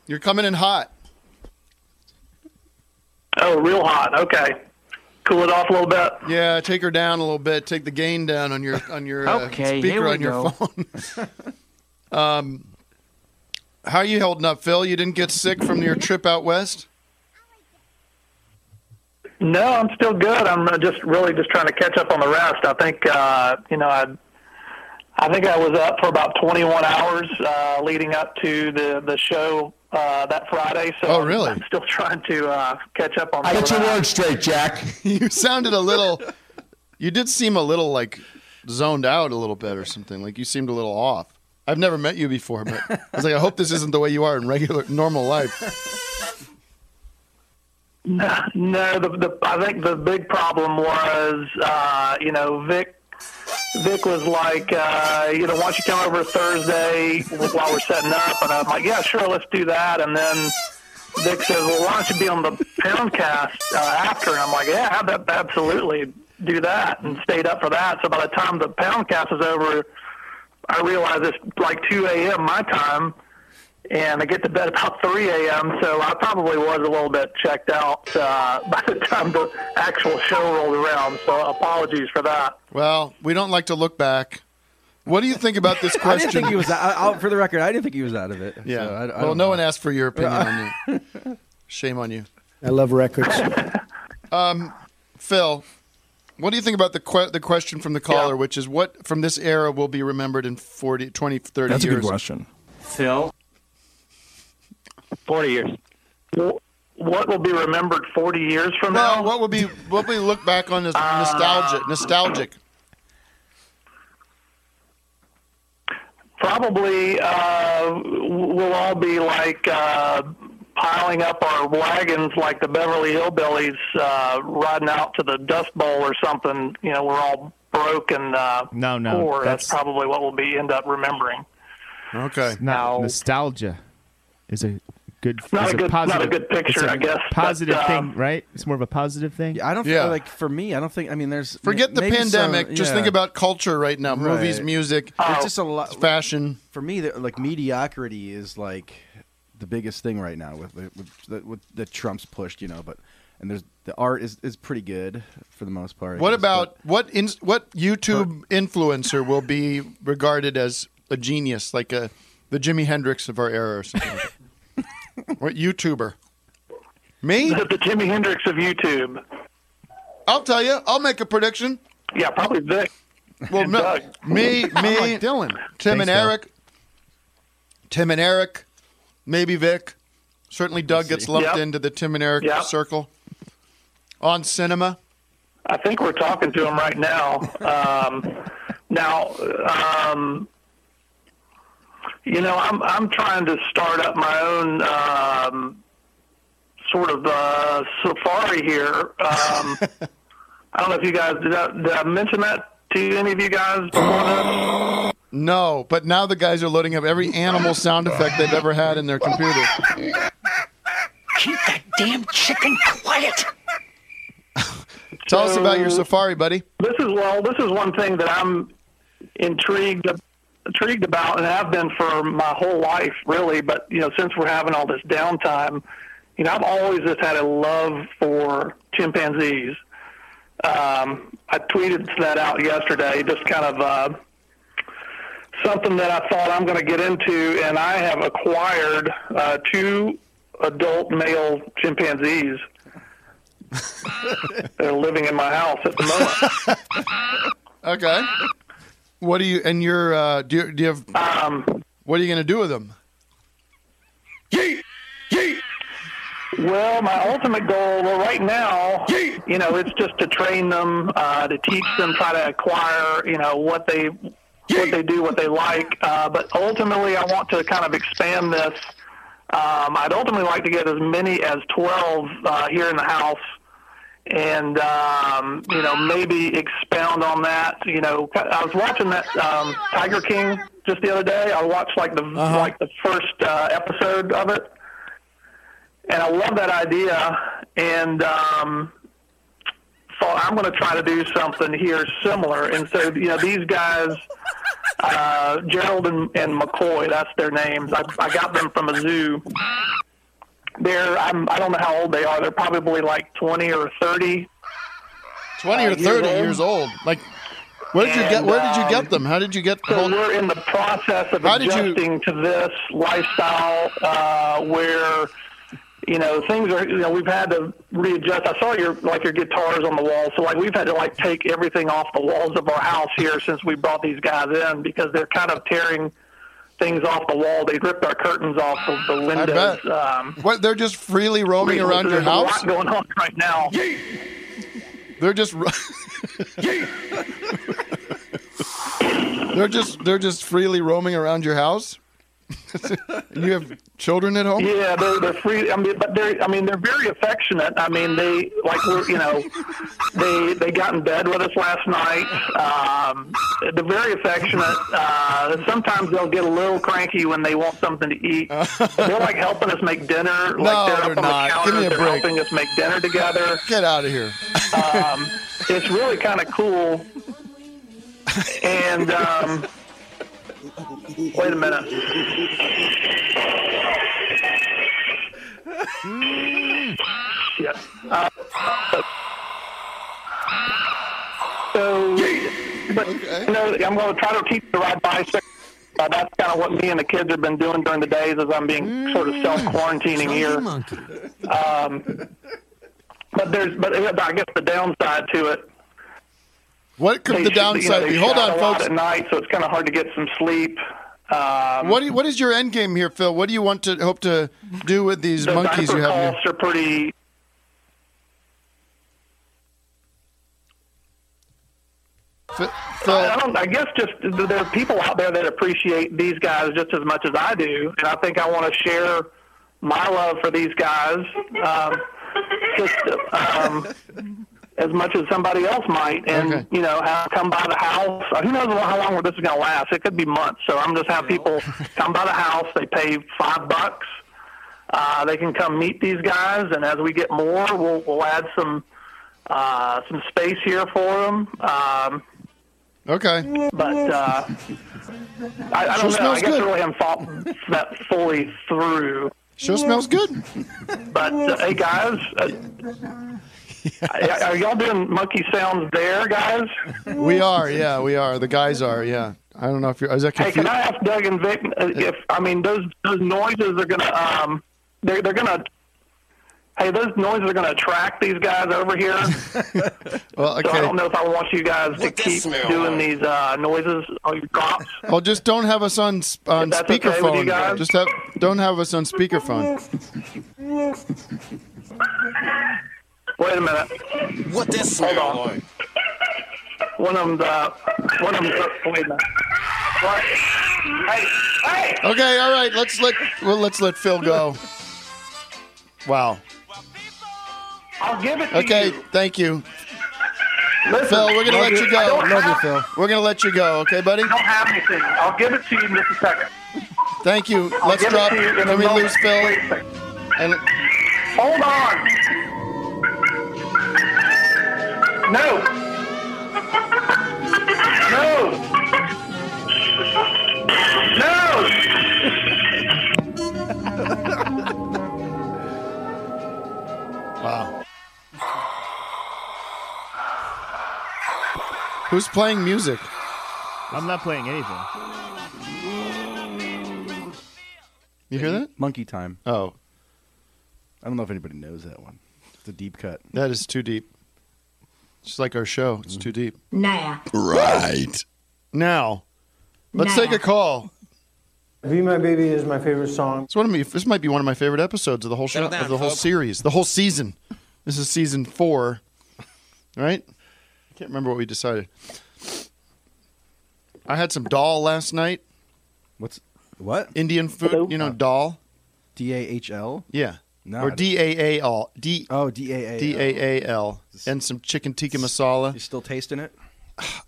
C: You're coming in hot.
V: Oh, real hot. Okay. Cool it off a little bit.
C: Yeah, take her down a little bit. Take the gain down on your on your uh,
V: Okay,
C: speaker
V: here we
C: on your
V: go.
C: phone. um, how are you holding up, Phil? You didn't get sick from your trip out west?
V: No, I'm still good. I'm uh, just really just trying to catch up on the rest. I think uh, you know I, I think I was up for about 21 hours uh, leading up to the the show uh, that Friday. So
C: Oh, really?
V: I'm still trying to uh, catch up on. the
C: Get your
V: rest.
C: words straight, Jack. you sounded a little. You did seem a little like zoned out a little bit or something. Like you seemed a little off. I've never met you before, but I was like, I hope this isn't the way you are in regular normal life.
V: No, no the, the, I think the big problem was, uh, you know, Vic. Vic was like, uh, you know, why don't you come over Thursday while we're setting up? And I'm like, yeah, sure, let's do that. And then Vic says, well, why don't you be on the Poundcast uh, after? And I'm like, yeah, I'd ab- absolutely do that, and stayed up for that. So by the time the Poundcast is over, I realize it's like 2 a.m. my time and I get to bed about 3 a.m., so I probably was a little bit checked out uh, by the time the actual show rolled around, so apologies for that.
C: Well, we don't like to look back. What do you think about this
V: I
C: question?
V: didn't think he was
O: out- I- I'll- for the record, I didn't think he was out of it.
C: Yeah.
O: So I- I
C: well,
O: don't
C: no
O: know.
C: one asked for your opinion on it. Shame on you.
P: I love records.
C: Um, Phil, what do you think about the que- the question from the caller, which is what from this era will be remembered in 40, 20, 30
O: That's a
C: years?
O: good question.
V: Phil? 40 years. What will be remembered 40 years from
C: Well,
V: now? Uh,
C: what will be what we look back on as nostalgic? Nostalgic.
V: probably uh, we'll all be like uh, piling up our wagons like the Beverly Hillbillies uh, riding out to the Dust Bowl or something. You know, we're all broke and uh,
H: No, no,
V: poor. That's,
H: that's-
V: probably what we'll be end up remembering.
C: Okay.
H: Not nostalgia is a good.
V: Not
H: is
V: a good- not a
H: positive,
V: good picture,
H: it's a
V: I guess,
H: Positive
V: but, uh,
H: thing, right? It's more of a positive thing.
O: I don't
H: Yeah.
O: feel like for me. I don't think. I mean, there's
C: Forget the
O: maybe some-
C: pandemic. Just
O: yeah.
C: think about culture right now: movies,
O: Right.
C: music.
V: Oh.
O: There's just a lot
C: fashion.
O: For me, the- like mediocrity is like the biggest thing right now with the- with the, with the Trump's pushed, you know. But and there's the art is is pretty good for the most part. I
C: What
O: guess, but-
C: about what in, what YouTube influencer will be regarded as a genius, like a the Jimi Hendrix of our era or something? what YouTuber? Me?
V: The, the Jimi Hendrix of YouTube.
C: I'll tell you. I'll make a prediction.
V: Yeah, probably Vic.
C: Well,
V: And
C: no,
V: Doug.
C: me, me,
V: I'm like
C: Dylan, Tim,
V: Thanks,
C: and
V: Phil.
C: Eric, Tim and Eric, maybe Vic. Certainly, Doug gets
V: see.
C: lumped
V: Yep.
C: into the Tim and Eric
V: Yep.
C: circle on cinema.
V: I think we're talking to him right now. Um, now, um, you know, I'm I'm trying to start up my own um, sort of uh, safari here. Um, I don't know if you guys did I, did I mention that to any of you guys before that?
C: No, but now the guys are loading up every animal sound effect they've ever had in their computer.
T: Keep that damn chicken quiet.
C: Tell us about your safari, buddy.
V: This is well. This is one thing that I'm intrigued intrigued about, and have been for my whole life, really. But you know, since we're having all this downtime, you know, I've always just had a love for chimpanzees. Um, I tweeted that out yesterday, just kind of uh, something that I thought I'm going to get into, and I have acquired uh, two adult male chimpanzees. They're living in my house at the moment.
C: Okay. What do you and your uh, do you, do you have? Um, what are you going to do with them?
V: Well, my ultimate goal, well, right now, you know, it's just to train them, uh, to teach them how to acquire, you know, what they what they do, what they like. Uh, but ultimately, I want to kind of expand this. Um, I'd ultimately like to get as many as twelve uh, here in the house, and um, you know, maybe expound on that. You know, I was watching that um, Tiger King just the other day. I watched like the like the first uh, episode of it and I love that idea. And um, so I'm going to try to do something here similar. And so you know, these guys, uh, Gerald and, and McCoy, that's their names. I, I got them from a zoo. They're I'm, I don't know how old they are. They're probably like 20 or 30.
C: 20 or
V: Uh, years
C: 30
V: old.
C: years old. Like, where did you get?
V: And,
C: Where did you
V: um,
C: get them? How did you get?
V: So we're in the process of
C: How did you-
V: adjusting to this lifestyle uh, where you know things are. You know, we've had to readjust. I saw your like your guitars on the wall, so like we've had to like take everything off the walls of our house here since we brought these guys in because they're kind of tearing things off the wall. They ripped our curtains off of the
C: I
V: windows.
C: bet.
V: Um,
C: what? They're just freely roaming
V: recently,
C: around
V: so
C: your
V: there's a
C: house.
V: lot going on right now.
C: They're just. ro- they're just. They're just freely roaming around your house. you have children at home.
V: Yeah, they're they're free. I mean, but they're I mean they're very affectionate. I mean they like we're you know they they got in bed with us last night. Um, they're very affectionate. Uh, sometimes they'll get a little cranky when they want something to eat. But they're like helping us make dinner.
C: No,
V: like they're,
C: they're
V: up on
C: not. Give
V: The counter.
C: me a
V: they're
C: break.
V: helping us make dinner together.
C: Get out of here.
V: Um, it's really kind of cool. And um, wait a minute. Shit. Uh, so, but you know, I'm going to try to teach the right bicycle. Uh, that's kind of what me and the kids have been doing during the days as I'm being sort
C: Mm.
V: of self quarantining here. Um, but there's, but I guess the downside to it.
C: What could
V: they
C: the
V: sh- you know,
C: downside
V: they
C: be? Hold
V: shout
C: on,
V: a lot
C: folks.
V: At night, so it's kind of hard to get some sleep. Um,
C: What do you, what is your end game here, Phil? What do you want to hope to do with these
V: the
C: monkeys
V: diaper
C: you have? Here?
V: costs are pretty. I, I don't. I guess just th- there are people out there that appreciate these guys just as much as I do, and I think I want to share my love for these guys um, just um, as much as somebody else might, and you know, have come by the house. Who knows how long this is going to last? It could be months. So I'm just have people come by the house. They pay five bucks. Uh, they can come meet these guys, and as we get more, we'll, we'll add some uh, some space here for them. Um,
C: Okay.
V: but uh, I, I
C: Sure
V: don't know. I
C: smells
V: guess
C: good.
V: I really haven't thought that fully through.
C: Sure smells good.
V: But uh, hey, guys, uh, are y'all doing monkey sounds there, guys?
C: We are, yeah, we are. The guys are, yeah. I don't know if you're. Is that
V: Hey,
C: confused?
V: can I ask Doug and Vic uh, if I mean those those noises are gonna um they're they're gonna hey those noises are gonna attract these guys over here.
C: well,
V: So I
C: okay.
V: don't know if I want you guys to keep doing these uh, noises on your cops.
C: Well, just don't have us on s- on
V: If that's okay with you
C: speakerphone.
V: guys.
C: just have don't have us on speakerphone.
V: Wait a minute. What this smell like? One of them's uh, one of them's uh, wait a minute. What? Hey, hey!
C: Okay, all right. Let's let well, let's let Phil go. Wow,
V: I'll give it to
C: Okay,
V: you.
C: thank you.
V: Listen,
C: Phil, we're going to
V: love
C: let
V: you.
C: you go.
V: I don't Love you, have- Phil.
C: We're going to let you go, okay, buddy?
V: I don't have anything. I'll give it to you in just a second.
C: Thank you.
V: I'll
C: Let's
V: give it
C: drop.
V: to you in a
C: Can we
V: moment.
C: lose Phil?
V: Wait a second.
C: And
V: Hold on. No. No.
C: wow. Who's playing music?
H: I'm not playing anything.
C: You hear that?
O: Monkey time.
C: Oh.
O: I don't know if anybody knows that one. It's a deep cut.
C: That is too deep. Just like our show, it's too deep.
G: Now.
C: Right. Now, let's
G: Nah.
C: take a call.
P: Be My Baby is my favorite song.
C: It's one of me. This might be one of my favorite episodes of the whole show, of the whole series, the whole season. This is season four, right? I can't remember what we decided. I had some dal last night.
O: What's what?
C: Indian food, you know, dal.
O: D A H L.
C: Yeah.
O: No, I
C: or
O: don't-
C: D A A L. D
O: Oh, D A A.
C: D A A L. And some chicken tikka masala.
O: You still tasting it?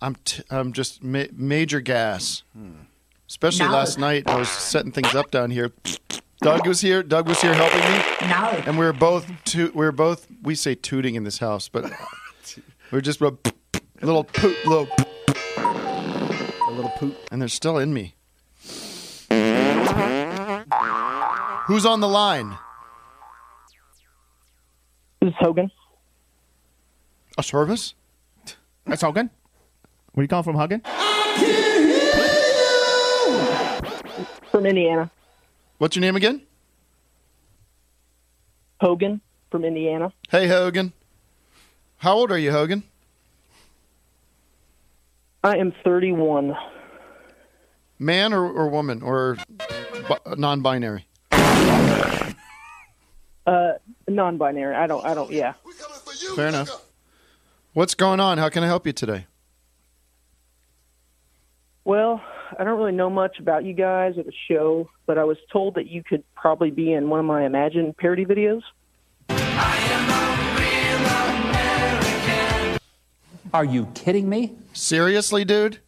C: I'm t- I'm just ma- major gas.
O: Hmm.
C: Especially
O: No.
C: last night, I was setting things up down here. Doug was here. Doug was here helping me.
G: No.
C: And we were both to- we were both we say tooting in this house, but we we're just a little poop, little a
O: little poop,
C: and they're still in me. Who's on the line?
A: This is Hogan.
C: A service?
H: That's Hogan. Where you calling from, Hogan?
A: From Indiana.
C: What's your name again?
A: Hogan from Indiana.
C: Hey Hogan. How old are you, Hogan?
A: I am 31.
C: Man or, or woman or bi- non-binary?
A: Uh, non-binary. I don't. I don't. Yeah.
C: Fair enough. What's going on? How can I help you today?
A: Well, I don't really know much about you guys or the show, but I was told that you could probably be in one of my Imagine parody videos.
C: Are you kidding me? Seriously, dude?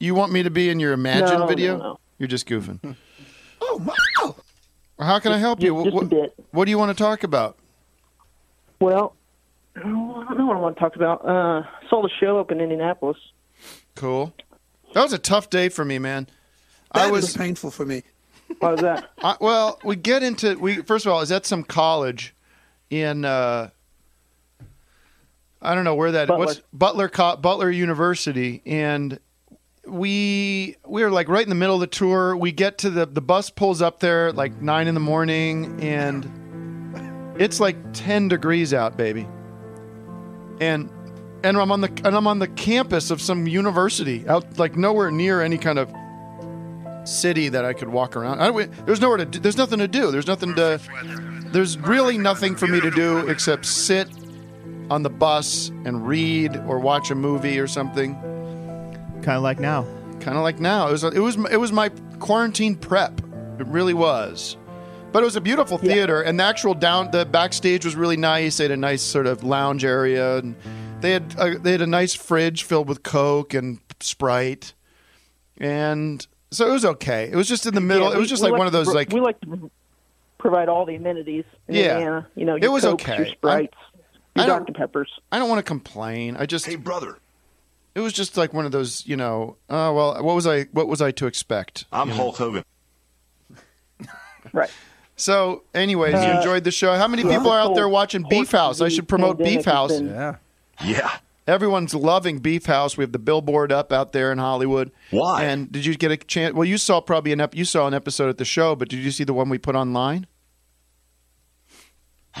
C: You want me to be in your Imagine
A: No,
C: video?
A: no, no.
C: You're just goofing. How can I help you?
A: Just, just a
C: What,
A: bit.
C: what do you want to talk about?
A: Well, I don't know what I want to talk about. Uh, saw the show up in Indianapolis.
C: Cool. That was a tough day for me, man. I was,
A: painful for me. Why was that?
C: I, well, we get into we first of all is that some college in uh I don't know where that
A: Butler.
C: what's Butler Co- Butler University and we we were like right in the middle of the tour. We get to the the bus pulls up there at like nine in the morning and it's like ten degrees out, baby. And and I'm on the and I'm on the campus of some university out like nowhere near any kind of city that I could walk around. I, don't- there's nowhere to. Do, there's nothing to do. There's nothing to. There's really nothing for me to do except sit on the bus and read or watch a movie or something.
H: Kind of like now.
C: Kind of like now. It was. It was. It was my quarantine prep. It really was. But it was a beautiful theater, and the actual down the backstage was really nice. They had a nice sort of lounge area, and they had a, they had a nice fridge filled with Coke and Sprite, and so it was okay. It was just in the middle.
A: Yeah,
C: it
A: we-
C: was just
A: we
C: like one of those
A: to-
C: like
A: we like to provide all the amenities. In
C: Yeah.
A: Indiana. you know,
C: It
A: your
C: was
A: Cokes,
C: okay.
A: Your Sprites,
C: I
A: your
C: don't-
A: Dr Peppers.
C: I don't want to complain. I just hey brother. It was just like one of those, you know. Oh well, what was I? What was I to expect?
K: I'm
C: you know?
K: Hulk Hogan.
A: Right.
C: So, anyways, you
K: Uh,
C: enjoyed the show. How many people are out there watching Beef House? I should promote Beef House.
O: Yeah.
K: Yeah.
C: Everyone's loving Beef House. We have the billboard up out there in Hollywood. Why? And did you get a chance? Well, you saw probably an ep- you saw an episode at the show, but did you see the one we put online?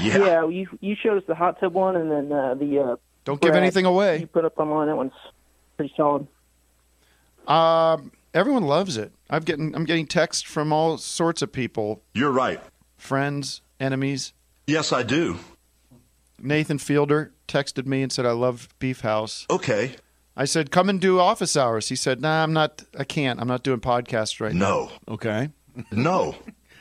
A: Yeah. you you showed us the hot tub one, and then uh, the uh,
C: Don't give
A: Brad
C: anything away.
A: You put up online. That one's pretty solid.
C: Um, everyone loves it. I'm getting I'm getting texts from all sorts of people.
K: You're right.
C: Friends, enemies.
K: Yes, I do.
C: Nathan Fielder texted me and said I love Beef House.
K: Okay.
C: I said come and do office hours. He said, "Nah, I'm not. I can't. I'm not doing podcasts right
K: No.
C: now." Okay.
K: No.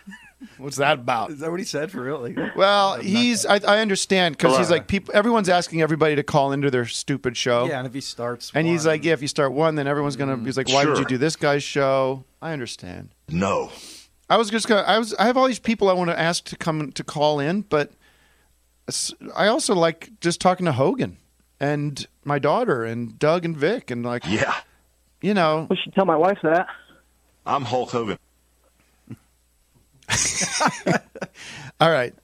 C: What's that about?
O: Is that what he said for real? Like,
C: Well, he's. I, I understand because he's like people. Everyone's asking everybody to call into their stupid show.
O: yeah, and if he starts,
C: And he's like, yeah, if you start one, Mm, then everyone's gonna. He's like, why did
O: Sure.
C: you do this guy's show? I understand.
O: No.
C: I was just gonna. I was. I have all these people I want to ask to come to call in, but s- I also like just talking to Hogan and my daughter and Doug and Vic and like. Yeah. You know.
A: We should tell my wife that.
C: I'm Hulk Hogan. all right.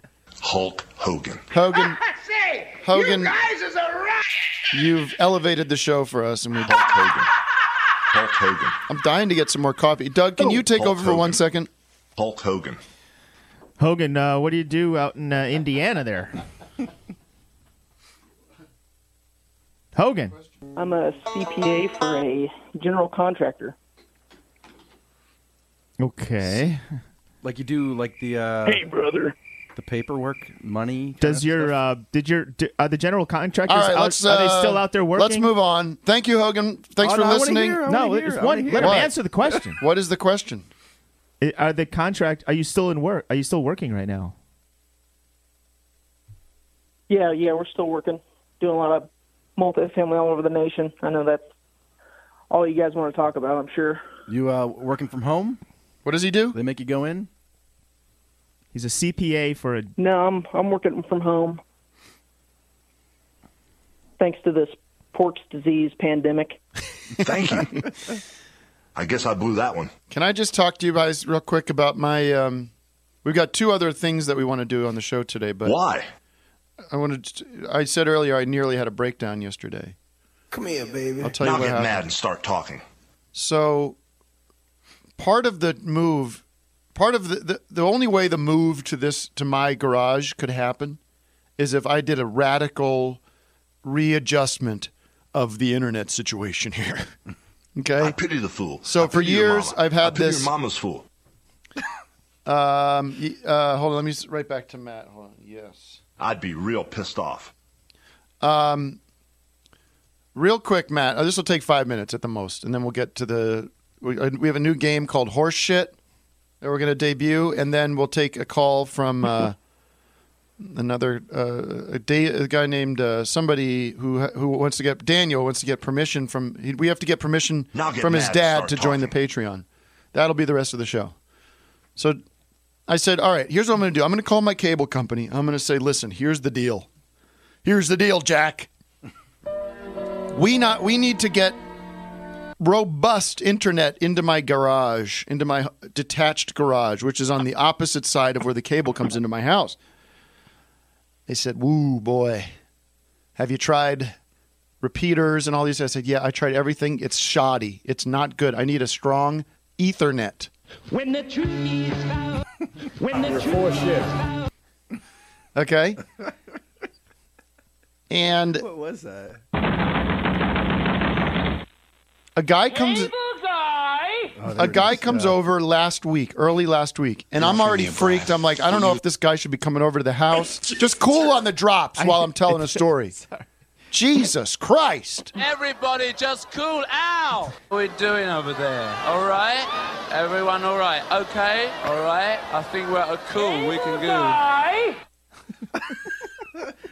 C: Hulk Hogan. Hogan.
T: Say,
C: Hogan.
T: you guys is a riot.
C: You've elevated the show for us, and we Hulk Hogan. Hulk Hogan. I'm dying to get some more coffee. Doug, can you take
H: Hulk
C: over for one second? Hulk Hogan.
H: Hogan, uh, what do you do out in uh, Indiana there? Hogan.
A: I'm a CPA for a general contractor.
H: Okay.
O: like you do like the uh,
A: Hey, brother.
O: the paperwork, money. kind
H: Does
O: of
H: your uh, did your d are the general contractors
C: All right,
H: out-
C: let's,
H: are they
C: uh,
H: still out there working?
C: Let's move on. Thank you, Hogan. Thanks
H: Oh,
C: for
H: no, I wanna
C: listening.
H: hear, I wanna No, hear, it's I one- wanna let him
C: What?
H: answer the question.
C: what is the question?
H: I- Are the contract? Are you still in work? Are you still working right now?
A: Yeah, yeah, we're still working, doing a lot of multifamily all over the nation. I know that's all you guys want to talk about. I'm sure.
O: stuff? you uh, working from home.
C: What does he do?
O: They make you go in.
H: He's a CPA for a.
A: No, I'm I'm working from home. Thanks to this pork's disease pandemic.
C: Thank you. I guess I blew that one. Can I just talk to you guys real quick about my? Um, we've got two other things that we want to do on the show today, but why? I wanted. To, I said earlier I nearly had a breakdown yesterday.
S: Come here, baby.
C: I'll tell you
S: now
C: what
S: get
C: happened.
S: mad and start talking.
C: So part of the move, part of the, the the only way the move to this to my garage could happen is if I did a radical readjustment of the internet situation here. okay. I
S: pity the fool.
C: So
S: I
C: for
S: pity your
C: years
S: mama.
C: I've had
S: I pity
C: this
S: Your mama's fool.
C: um y- uh hold on, let me s- right back to Matt. Hold on. Yes.
S: I'd be real pissed off.
C: Um, real quick, Matt. uh, This will take five minutes at the most, and then we'll get to the. We, uh, we have a new game called Horse Shit that we're going to debut, and then we'll take a call from uh, another uh, a, da- a guy named uh, somebody who ha- who wants to get Daniel wants to get permission from. He, we have to get permission
S: Now get
C: from his
S: mad and
C: dad
S: start
C: to join the Patreon. That'll be the rest of the show. So I said, all right, here's what I'm going to do. I'm going to call my cable company. I'm going to say, listen, here's the deal. Here's the deal, Jack. We not we need to get robust internet into my garage, into my detached garage, which is on the opposite side of where the cable comes into my house. They said, "Woo, boy. Have you tried repeaters and all these?" I said, "Yeah, I tried everything. It's shoddy. It's not good. I need a strong ethernet."
T: When the truth is found, when the truth is found.
C: Okay? and
O: What was that?
C: a guy comes
T: Bullseye.
C: a guy comes over last week, early last week, and I'm already freaked. I'm like, I don't know if this guy should be coming over to the house. Just cool on the drops while I'm telling a story. Jesus Christ.
K: Everybody just cool out. What are we doing over there? All right? Everyone all right? Okay? All right? I think we're uh, cool. We can go.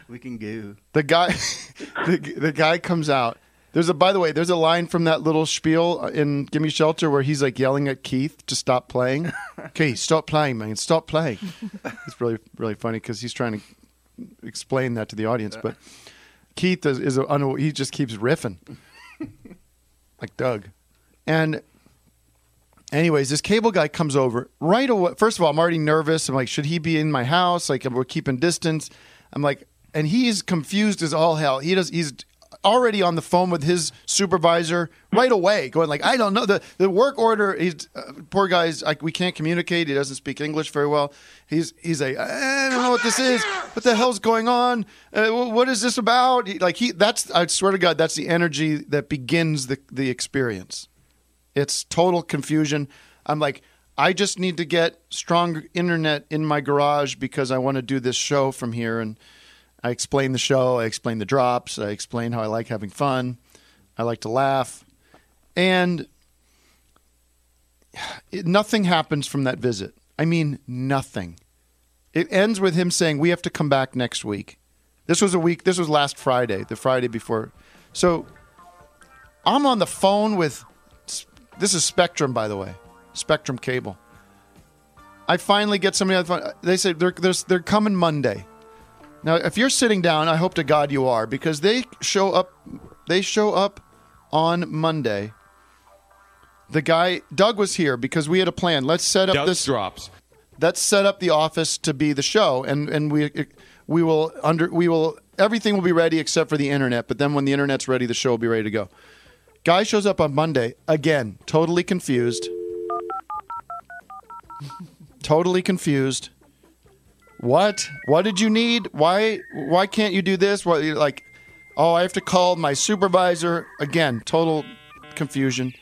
O: We can go.
C: The guy, the, the guy comes out. There's a. By the way, there's a line from that little spiel in "Give Me Shelter" where he's like yelling at Keith to stop playing. Keith, stop playing, man, stop playing. It's really, really funny because he's trying to explain that to the audience, but Keith is, is a, unaw- he just keeps riffing like Doug, and Anyways, this cable guy comes over right away. First of all, I'm already nervous. I'm like, should he be in my house? Like, we're keeping distance. I'm like, and he's confused as all hell. He does. He's already on the phone with his supervisor right away, going like, I don't know the the work order. He's uh, poor guy's. Like, we can't communicate. He doesn't speak English very well. He's he's like, I don't know what this is. What the hell's going on? Uh, wh- what is this about? He- Like, he that's. I swear to God, that's the energy that begins the the experience. It's total confusion. I'm like, I just need to get strong internet in my garage because I want to do this show from here. And I explain the show, I explain the drops, I explain how I like having fun, I like to laugh. And it, nothing happens from that visit. I mean, nothing. It ends with him saying, "We have to come back next week." This was a week. This was last Friday, the Friday before. So I'm on the phone with. This is Spectrum, by the way, Spectrum Cable. I finally get somebody on the phone. They say they're they're, they're coming Monday. Now, if you're sitting down, I hope to God you are because they show up. They show up on Monday. The guy Doug was here because we had a plan. Let's set up
B: Doug
C: this
B: drops.
C: Let's set up the office to be the show, and and we we will under we will everything will be ready except for the internet. But then when the internet's ready, the show will be ready to go. Guy shows up on Monday again, totally confused totally confused. What? What did you need? Why? Why can't you do this? What? Like, oh, I have to call my supervisor again. Total confusion.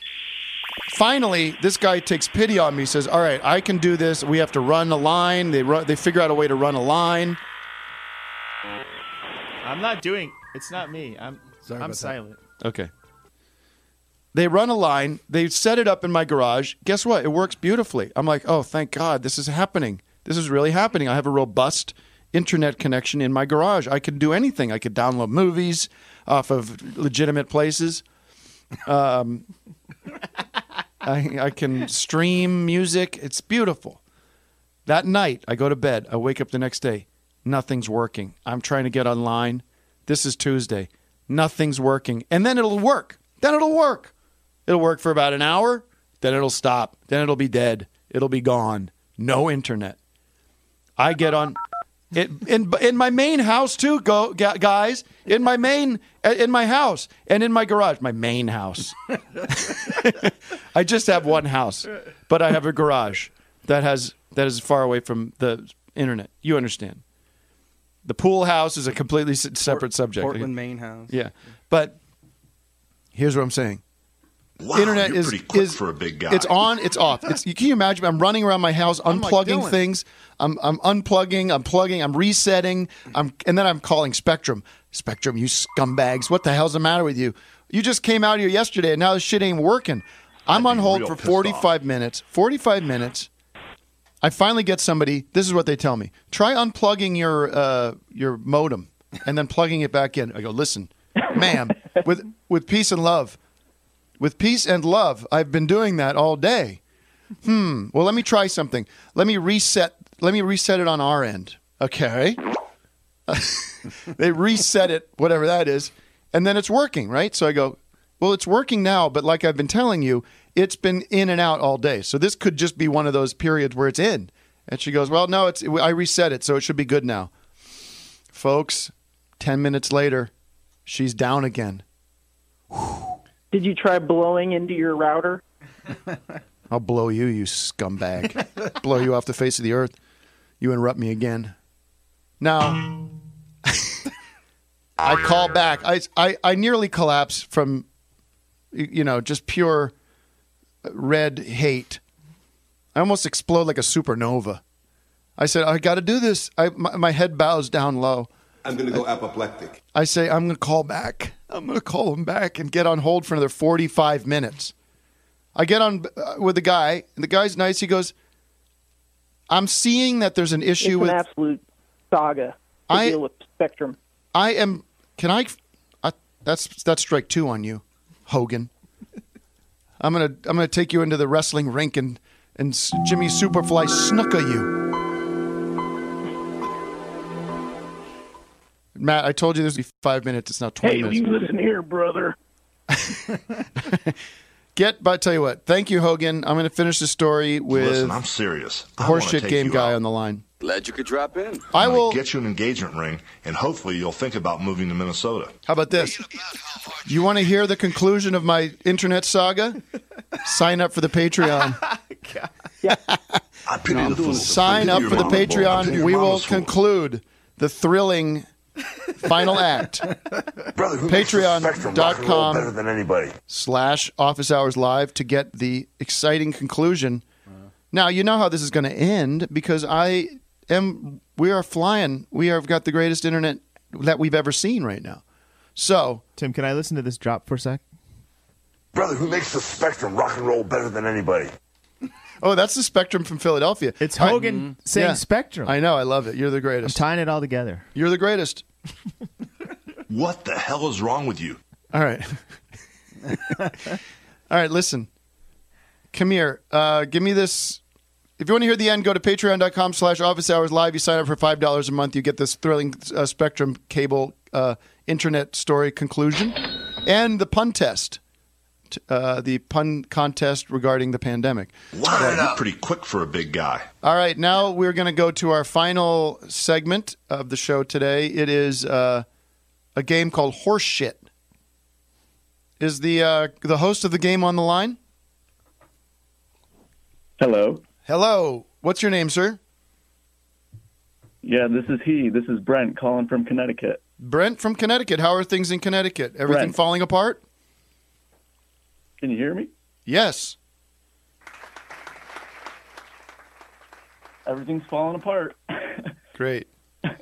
C: Finally, this guy takes pity on me. Says, "All right, I can do this. We have to run a line. They run, they figure out a way to run a line."
H: I'm not doing. It's not me. I'm. I'm silent.
C: Okay. They run a line. They set it up in my garage. Guess what? It works beautifully. I'm like, oh, thank God, this is happening. This is really happening. I have a robust internet connection in my garage. I can do anything. I could download movies off of legitimate places. Um, I, I can stream music. It's beautiful. That night, I go to bed. I wake up the next day. Nothing's working. I'm trying to get online. This is Tuesday. Nothing's working. And then it'll work. Then it'll work. It'll work for about an hour, then it'll stop. Then it'll be dead. It'll be gone. No internet. I get on it in in my main house too, go gu- guys. In my main in my house and in my garage, my main house. I just have one house, but I have a garage that has that is far away from the internet. You understand? The pool house is a completely s- separate subject.
O: Portland, Maine house.
C: Yeah, but here's what I'm saying.
N: Wow,
C: internet
N: you're
C: is
N: pretty quick
C: is-
N: for a big guy.
C: It's on. It's off. It's, you can you imagine? I'm running around my house,
N: I'm like
C: unplugging
N: Dylan.
C: things. I'm I'm unplugging. I'm plugging. I'm resetting. I'm and then I'm calling Spectrum. Spectrum, you scumbags! What the hell's the matter with you? You just came out here yesterday, and now this shit ain't working. I'm on hold
N: real
C: for
N: pissed off.
C: 45 minutes. 45 minutes. I finally get somebody. This is what they tell me: try unplugging your uh, your modem and then plugging it back in. I go, listen, ma'am, with with peace and love, with peace and love. I've been doing that all day. Hmm. Well, let me try something. Let me reset. Let me reset it on our end. Okay. they reset it, whatever that is, and then it's working, right? So I go, well, it's working now, but like I've been telling you, it's been in and out all day. So this could just be one of those periods where it's in. And she goes, well, no, it's I reset it, so it should be good now. Folks, 10 minutes later, she's down again.
A: Did you try blowing into your router?
C: I'll blow you, you scumbag. blow you off the face of the earth. You interrupt me again. Now, I call back. I, I, I nearly collapse from, y- you know, just pure red hate. I almost explode like a supernova. I said, I got to do this. I, my, my head bows down low.
F: I'm going to go apoplectic.
C: I say, I'm going to call back. I'm going to call him back and get on hold for another 45 minutes. I get on uh, with the guy, and the guy's nice. He goes, I'm seeing that there's an
A: it's
C: issue
A: an
C: with.
A: absolute saga to
C: I-
A: deal with Spectrum.
C: I am. Can I, I? That's that's strike two on you, Hogan. I'm gonna I'm gonna take you into the wrestling rink and and S- Jimmy Superfly snooker you. Matt, I told you this would be five minutes. It's now twenty minutes.
Q: here, brother.
C: Get, but I tell you what. Thank you, Hogan. I'm going to finish the story with.
N: Listen, I'm serious. I wanna
C: Horseshit
N: take
C: game
N: you
C: guy on the line.
N: Glad you could drop in.
C: I will-
N: get you an engagement ring, and hopefully you'll think about moving to Minnesota.
C: How about this? You want to hear the conclusion of my internet saga? Sign up for the Patreon.
N: I pity
C: No,
N: the fool.
C: Sign up for the Patreon. We will conclude the thrilling final act. Patreon.com
N: than anybody.
C: slash office hours live to get the exciting conclusion. Now, you know how this is going to end because I am, we are flying. We have got the greatest internet that we've ever seen right now. So,
H: Tim, can I listen to this drop for a sec?
N: Brother, who makes the spectrum rock and roll better than anybody?
C: Oh, that's the Spectrum from Philadelphia. It's
H: Hogan saying Spectrum.
C: I know. I love it. You're the greatest. I'm
H: tying it all together.
C: You're the greatest.
N: What the hell is wrong with you?
C: All right. all right. Listen. Come here. Uh, give me this. If you want to hear the end, go to patreon.com slash office hours live. You sign up for $5 a month. You get this thrilling uh, Spectrum cable uh, internet story conclusion and the pun test, t- uh, the pun contest regarding the pandemic.
N: Wow, you're pretty quick for a big guy.
C: All right, now we're going to go to our final segment of the show today. It is uh, a game called Horseshit. Is the uh, the host of the game on the line?
L: Hello.
C: Hello. What's your name, sir?
L: Yeah, this is he. This is Brent calling from Connecticut.
C: Brent from Connecticut. How are things in Connecticut? Everything
L: Brent.
C: falling apart?
L: Can you hear me?
C: Yes.
L: Everything's falling apart,
C: Great.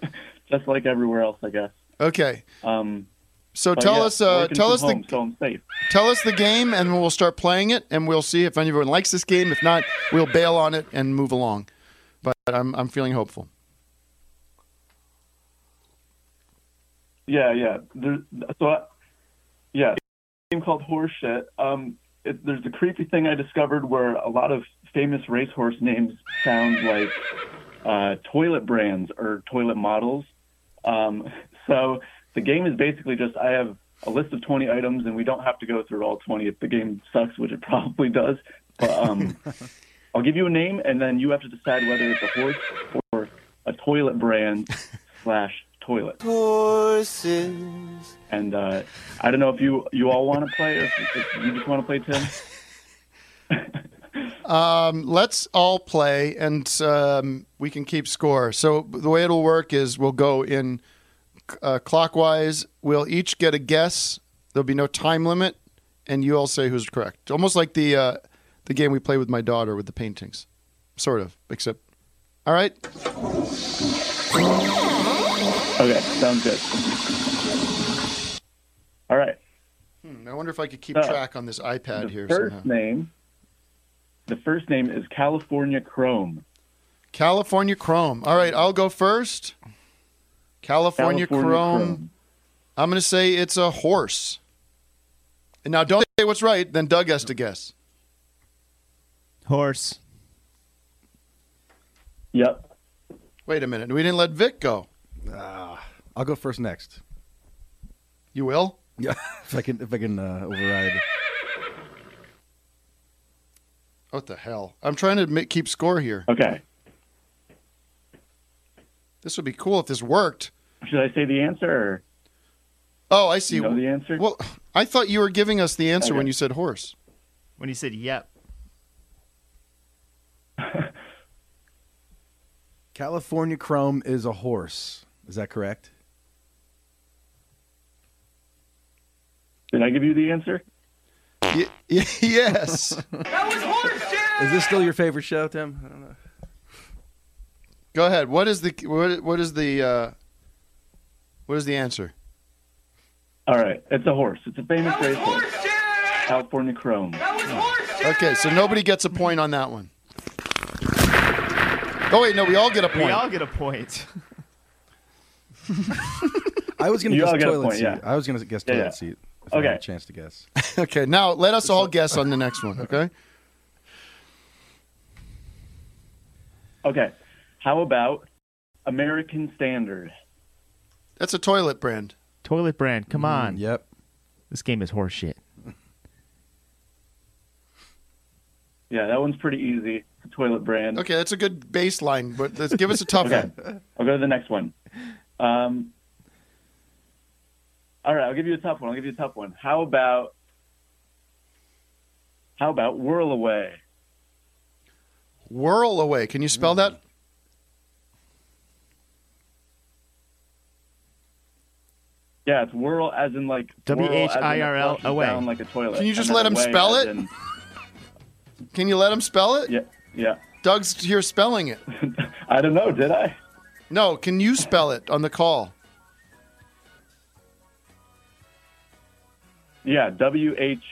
L: just like everywhere else, I guess.
C: Okay.
L: Um,
C: So
L: but
C: tell
L: yeah,
C: us, uh,
L: working
C: tell
L: from
C: us the
L: home, so I'm safe.
C: Tell us the game, and we'll start playing it, and we'll see if anyone likes this game. If not, we'll bail on it and move along. But I'm, I'm feeling hopeful.
L: Yeah, yeah. There's, so, I, yeah, game called Horseshit. Um, it, there's a creepy thing I discovered where a lot of famous racehorse names sound like uh, toilet brands or toilet models. Um, so the game is basically just I have a list of 20 items, and we don't have to go through all 20 if the game sucks, which it probably does. But um, I'll give you a name, and then you have to decide whether it's a horse or a toilet brand slash toilet. Horses. And uh, I don't know if you you all want to play or if, if you just want to play Tim.
C: Um, let's all play, and um, we can keep score. So the way it'll work is we'll go in uh, clockwise. We'll each get a guess. There'll be no time limit, and you all say who's correct. Almost like the uh, the game we play with my daughter with the paintings, sort of. Except, all right.
L: Okay, sounds good. All right.
C: Hmm, I wonder if I could keep
L: Uh,
C: track on this iPad
L: the
C: here
L: first
C: somehow.
L: name. The first name is California Chrome.
C: California Chrome. All right, I'll go first. California,
L: California
C: Chrome.
L: Chrome.
C: I'm going to say it's a horse. And now don't say what's right, then Doug has to guess.
H: Horse.
L: Yep.
C: Wait a minute. We didn't let Vic go.
O: Ah. I'll go first next.
C: You will?
O: Yeah, if I can, if I can uh, override.
C: What the hell? I'm trying to ma- keep score here.
L: Okay.
C: This would be cool if this worked.
L: Should I say the answer? Or?
C: Oh, I see.
L: You know the answer?
C: Well, I thought you were giving us the answer
L: Okay.
C: when you said horse.
H: When you said yep.
O: California Chrome is a horse. Is that correct?
L: Did I give you the answer?
C: yes.
O: Is this still your favorite show, Tim? I don't know.
C: Go ahead. What is the what, what is the uh, what is the answer?
L: All right. It's a horse. It's a famous racehorse. California Chrome.
C: Okay, so nobody gets a point on that one. Oh wait, no, we all get a point.
H: We all get a point.
O: I was going to
C: You
O: guess
C: all get a
O: toilet
C: point,
O: seat.
C: yeah.
O: I was going to guess
C: Yeah,
O: toilet
C: yeah.
O: seat. If I
C: Okay.
O: had a chance to guess.
C: okay, now let us all guess on the next one. Okay.
L: Okay. How about American Standard?
C: That's a toilet brand.
H: Toilet brand. Come on.
O: Mm, Yep.
H: This game is horseshit.
L: Yeah, that one's pretty easy. It's a toilet brand.
C: Okay, that's a good baseline, but let's give us a tough
L: Okay.
C: one.
L: I'll go to the next one. Um, all right, I'll give you a tough one. I'll give you a tough one. How about how about whirl away?
C: Whirl away. Can you spell that?
L: Yeah, it's whirl as in like
C: W
L: whirl
C: H I R L
L: as in it flushes
C: away.
L: Down like a toilet.
C: Can you just
L: and
C: let
L: then
C: him
L: away
C: spell
L: as
C: it?
L: in-
C: Can you let him spell it?
L: Yeah. Yeah.
C: Doug's here spelling it.
L: I don't know. Did I?
C: No. Can you spell it on the call?
L: Yeah, W H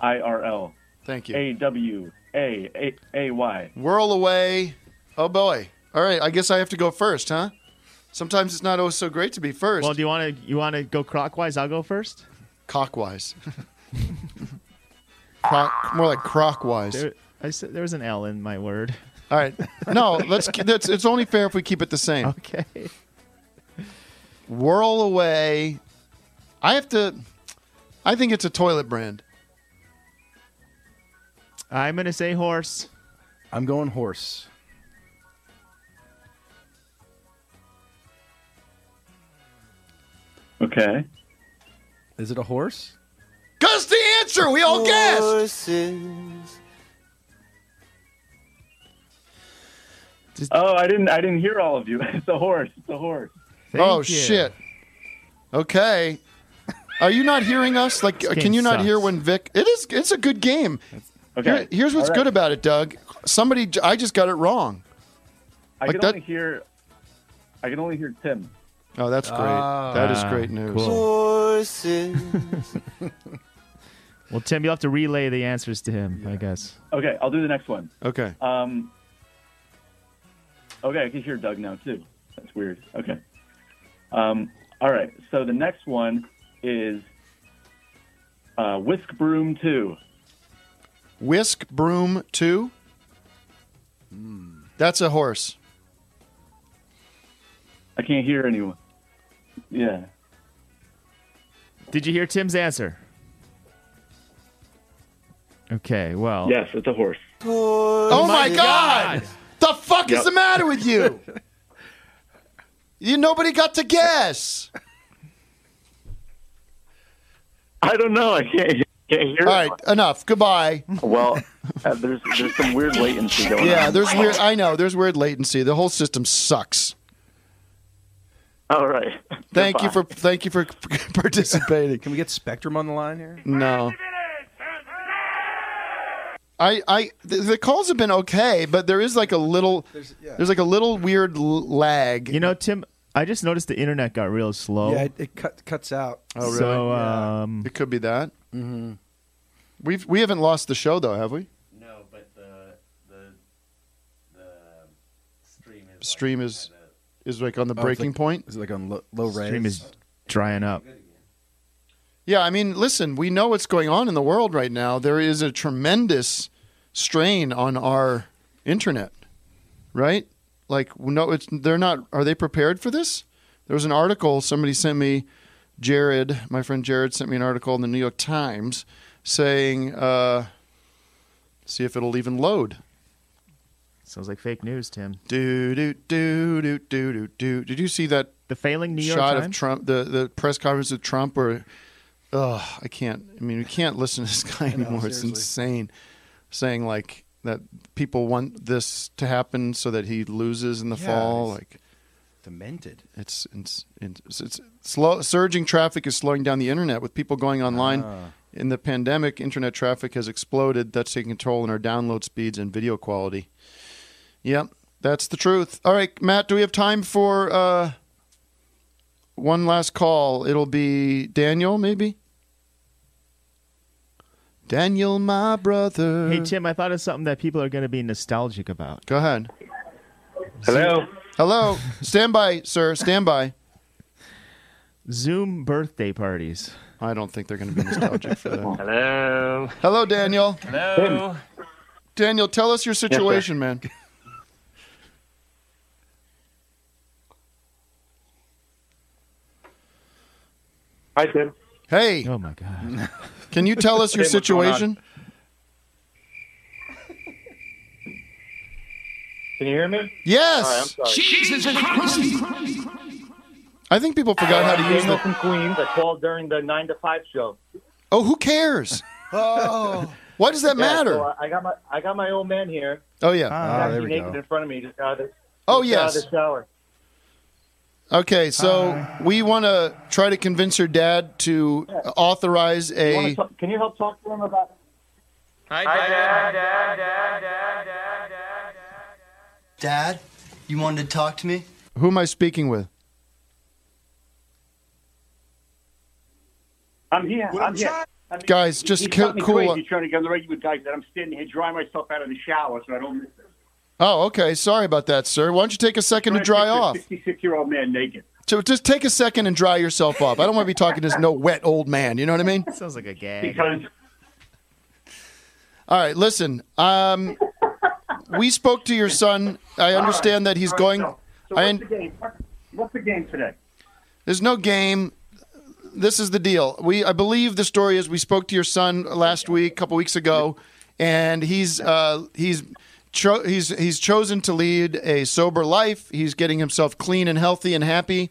L: I R L.
C: Thank you.
L: A W A A A Y.
C: Whirl away. Oh boy. All right, I guess I have to go first, huh? Sometimes it's not oh so great to be first.
H: Well, do you want to you want to go clockwise? I'll go first.
C: Cockwise. Croc, more like crockwise.
H: There, I said there was an L in my word.
C: All right. No, let's. ke- That's, it's only fair if we keep it the same.
H: Okay.
C: Whirl away. I have to. I think it's a toilet brand.
H: I'm gonna say horse.
O: I'm going horse.
L: Okay.
O: Is it a horse?
C: Cause the answer we all guessed.
L: oh, I didn't. I didn't hear all of you. It's a horse. It's a horse.
C: oh shit. Okay. Are you not hearing us? Like, can
L: game
C: you not
L: sucks.
C: hear when Vic? It is. It's a good game.
L: Okay.
C: Here- here's what's
L: All right.
C: good about it, Doug. Somebody, j- I just got it wrong.
L: I
C: Like
L: can
C: that-
L: only hear. I can only hear Tim.
C: Oh,
L: Uh.
C: that's great. that is great news.
H: Well, Tim, you'll have to relay the answers to him, I guess.
L: Okay, I'll do the next one.
C: Okay.
L: Um. Okay, I can hear Doug now too. That's weird. Okay. Um. All right. So the next one is uh, Whisk Broom Two.
C: Whisk broom two. That's a horse.
L: I can't hear anyone. Yeah.
H: Did you hear Tim's answer? Okay. Well.
L: Yes, it's a horse.
C: Oh, my
H: my
C: god! The fuck is
H: Yep.
C: the matter with you? you nobody got to guess.
L: I don't know. I can't, can't hear.
C: All right, enough. Goodbye.
L: Well, uh, there's there's some weird latency going on.
C: Yeah, there's weird. I know there's weird latency. The whole system sucks.
L: All right.
C: Thank you
O: Goodbye.
C: for thank you for participating.
O: Can we get Spectrum on the line here?
C: No. I, I the, the calls have been okay, but there is like a little there's, like a little weird l- lag.
H: You know, Tim, I just noticed the internet got real slow.
O: Yeah, it, it cut, cuts out.
H: So,
C: Oh,
H: um,
C: it could be that. Mm-hmm. We've we haven't lost the show though, have we?
M: No, but the the the stream is
C: Stream is is like on the
O: Oh, it's
C: breaking
O: like-
C: point.
O: Is it like on low, low res?
H: stream is drying up.
C: Yeah, I mean, listen, we know what's going on in the world right now. There is a tremendous strain on our internet, right? Like, no, it's they're not. Are they prepared for this? There was an article somebody sent me. Jared, my friend Jared, sent me an article in the New York Times saying, uh, "See if it'll even load."
H: Sounds like fake news, Tim.
C: Do do do do do do do. Did you see that?
H: The failing New York
C: shot of
H: Times?
C: Trump, the the press conference of Trump, where, ugh, I can't. I mean, we can't listen to this guy anymore. it's
O: seriously.
C: insane. Saying like that people want this to happen so that he loses in the
O: Yeah,
C: fall.
O: he's-
C: Like
O: Demented.
C: it's it's it's, it's slow. Surging traffic is slowing down the internet with people going online.
O: Ah.
C: In the pandemic, internet traffic has exploded. That's taking control in our download speeds and video quality. Yep, that's the truth. All right, Matt, do we have time for uh, one last call? It'll be Daniel, maybe. Daniel, my brother.
H: Hey, Tim, I thought of something that people are going to be nostalgic about.
C: Go ahead.
H: Hello.
C: Hello. Stand by, sir. Stand by.
H: Zoom birthday parties.
C: I don't think they're going to be nostalgic for that.
H: Hello.
C: Hello, Daniel.
H: Hello.
C: Daniel, tell us your
H: Yes, sir.
C: situation, man.
Q: Hi, Tim.
C: Hey.
H: Oh my God.
C: Can you tell us your
Q: Tim, what's going on?
C: situation?
Q: Can you hear me?
C: Yes.
Q: All right, I'm sorry.
B: Jesus Christ!
C: I think people forgot how to use
Q: Daniel
C: the.
Q: from Queens. I called during the nine to five show.
C: Oh, who cares?
Q: Oh,
C: Why does that matter?
Q: I got my I got my old man here.
C: Oh yeah.
Q: He's actually naked in front of me. Just got out of the,
C: Oh,
Q: just got out of
C: yes.
Q: the shower.
C: Okay, so we want to try to convince your dad to authorize
Q: You wanna
C: a.
Q: talk- can you help talk to him about?
B: Hi, Dad.
W: Dad, you wanted to talk to me?
C: Who am I speaking with?
Q: I'm here. I'm here. I mean,
C: Guys,
Q: he-
C: just
Q: he's
C: co-
Q: got me
C: cool-
Q: Crazy trying to get on the regular guys that I'm standing here drying myself out of the shower so I don't miss it.
C: Oh, okay. Sorry about that, sir. Why don't you take a second to dry off?
Q: Sixty-six year old man naked.
C: So just take a second and dry yourself up. I don't want to be talking to this no wet old man. You know what I mean?
H: Sounds like a gag.
Q: Because
C: All right, listen. Um, we spoke to your son. I understand that he's going.
Q: So
C: I
Q: what's
C: un-
Q: the game? What- What's the game today?
C: There's no game. This is the deal. We, I believe the story is we spoke to your son last week, a couple weeks ago, and he's uh, he's cho- he's he's chosen to lead a sober life. He's getting himself clean and healthy and happy,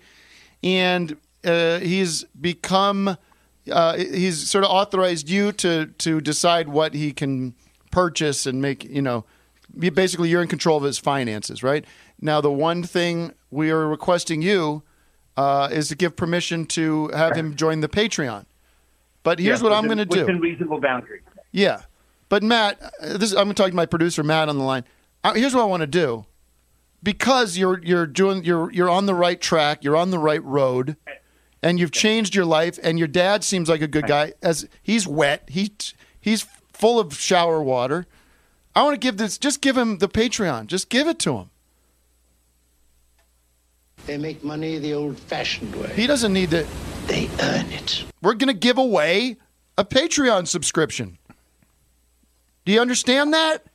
C: and uh, he's become uh, he's sort of authorized you to to decide what he can purchase and make you know you- basically you're in control of his finances right now the one thing we are requesting you uh, is to give permission to have him join the patreon but here's
Q: Yeah,
C: what i'm
Q: within-
C: going to do
Q: Within reasonable boundaries.
C: yeah, but Matt, uh, this I'm going to talk to my producer Matt on the line. Uh, Here's what I want to do, because you're you're doing you're you're on the right track, you're on the right road, and you've changed your life. And your dad seems like a good guy. As he's wet, he he's full of shower water. I want to give this. Just give him the Patreon. Just give it to him.
S: They make money the old-fashioned way.
C: He doesn't need to. They earn it. We're going to give away a Patreon subscription. Do you understand that?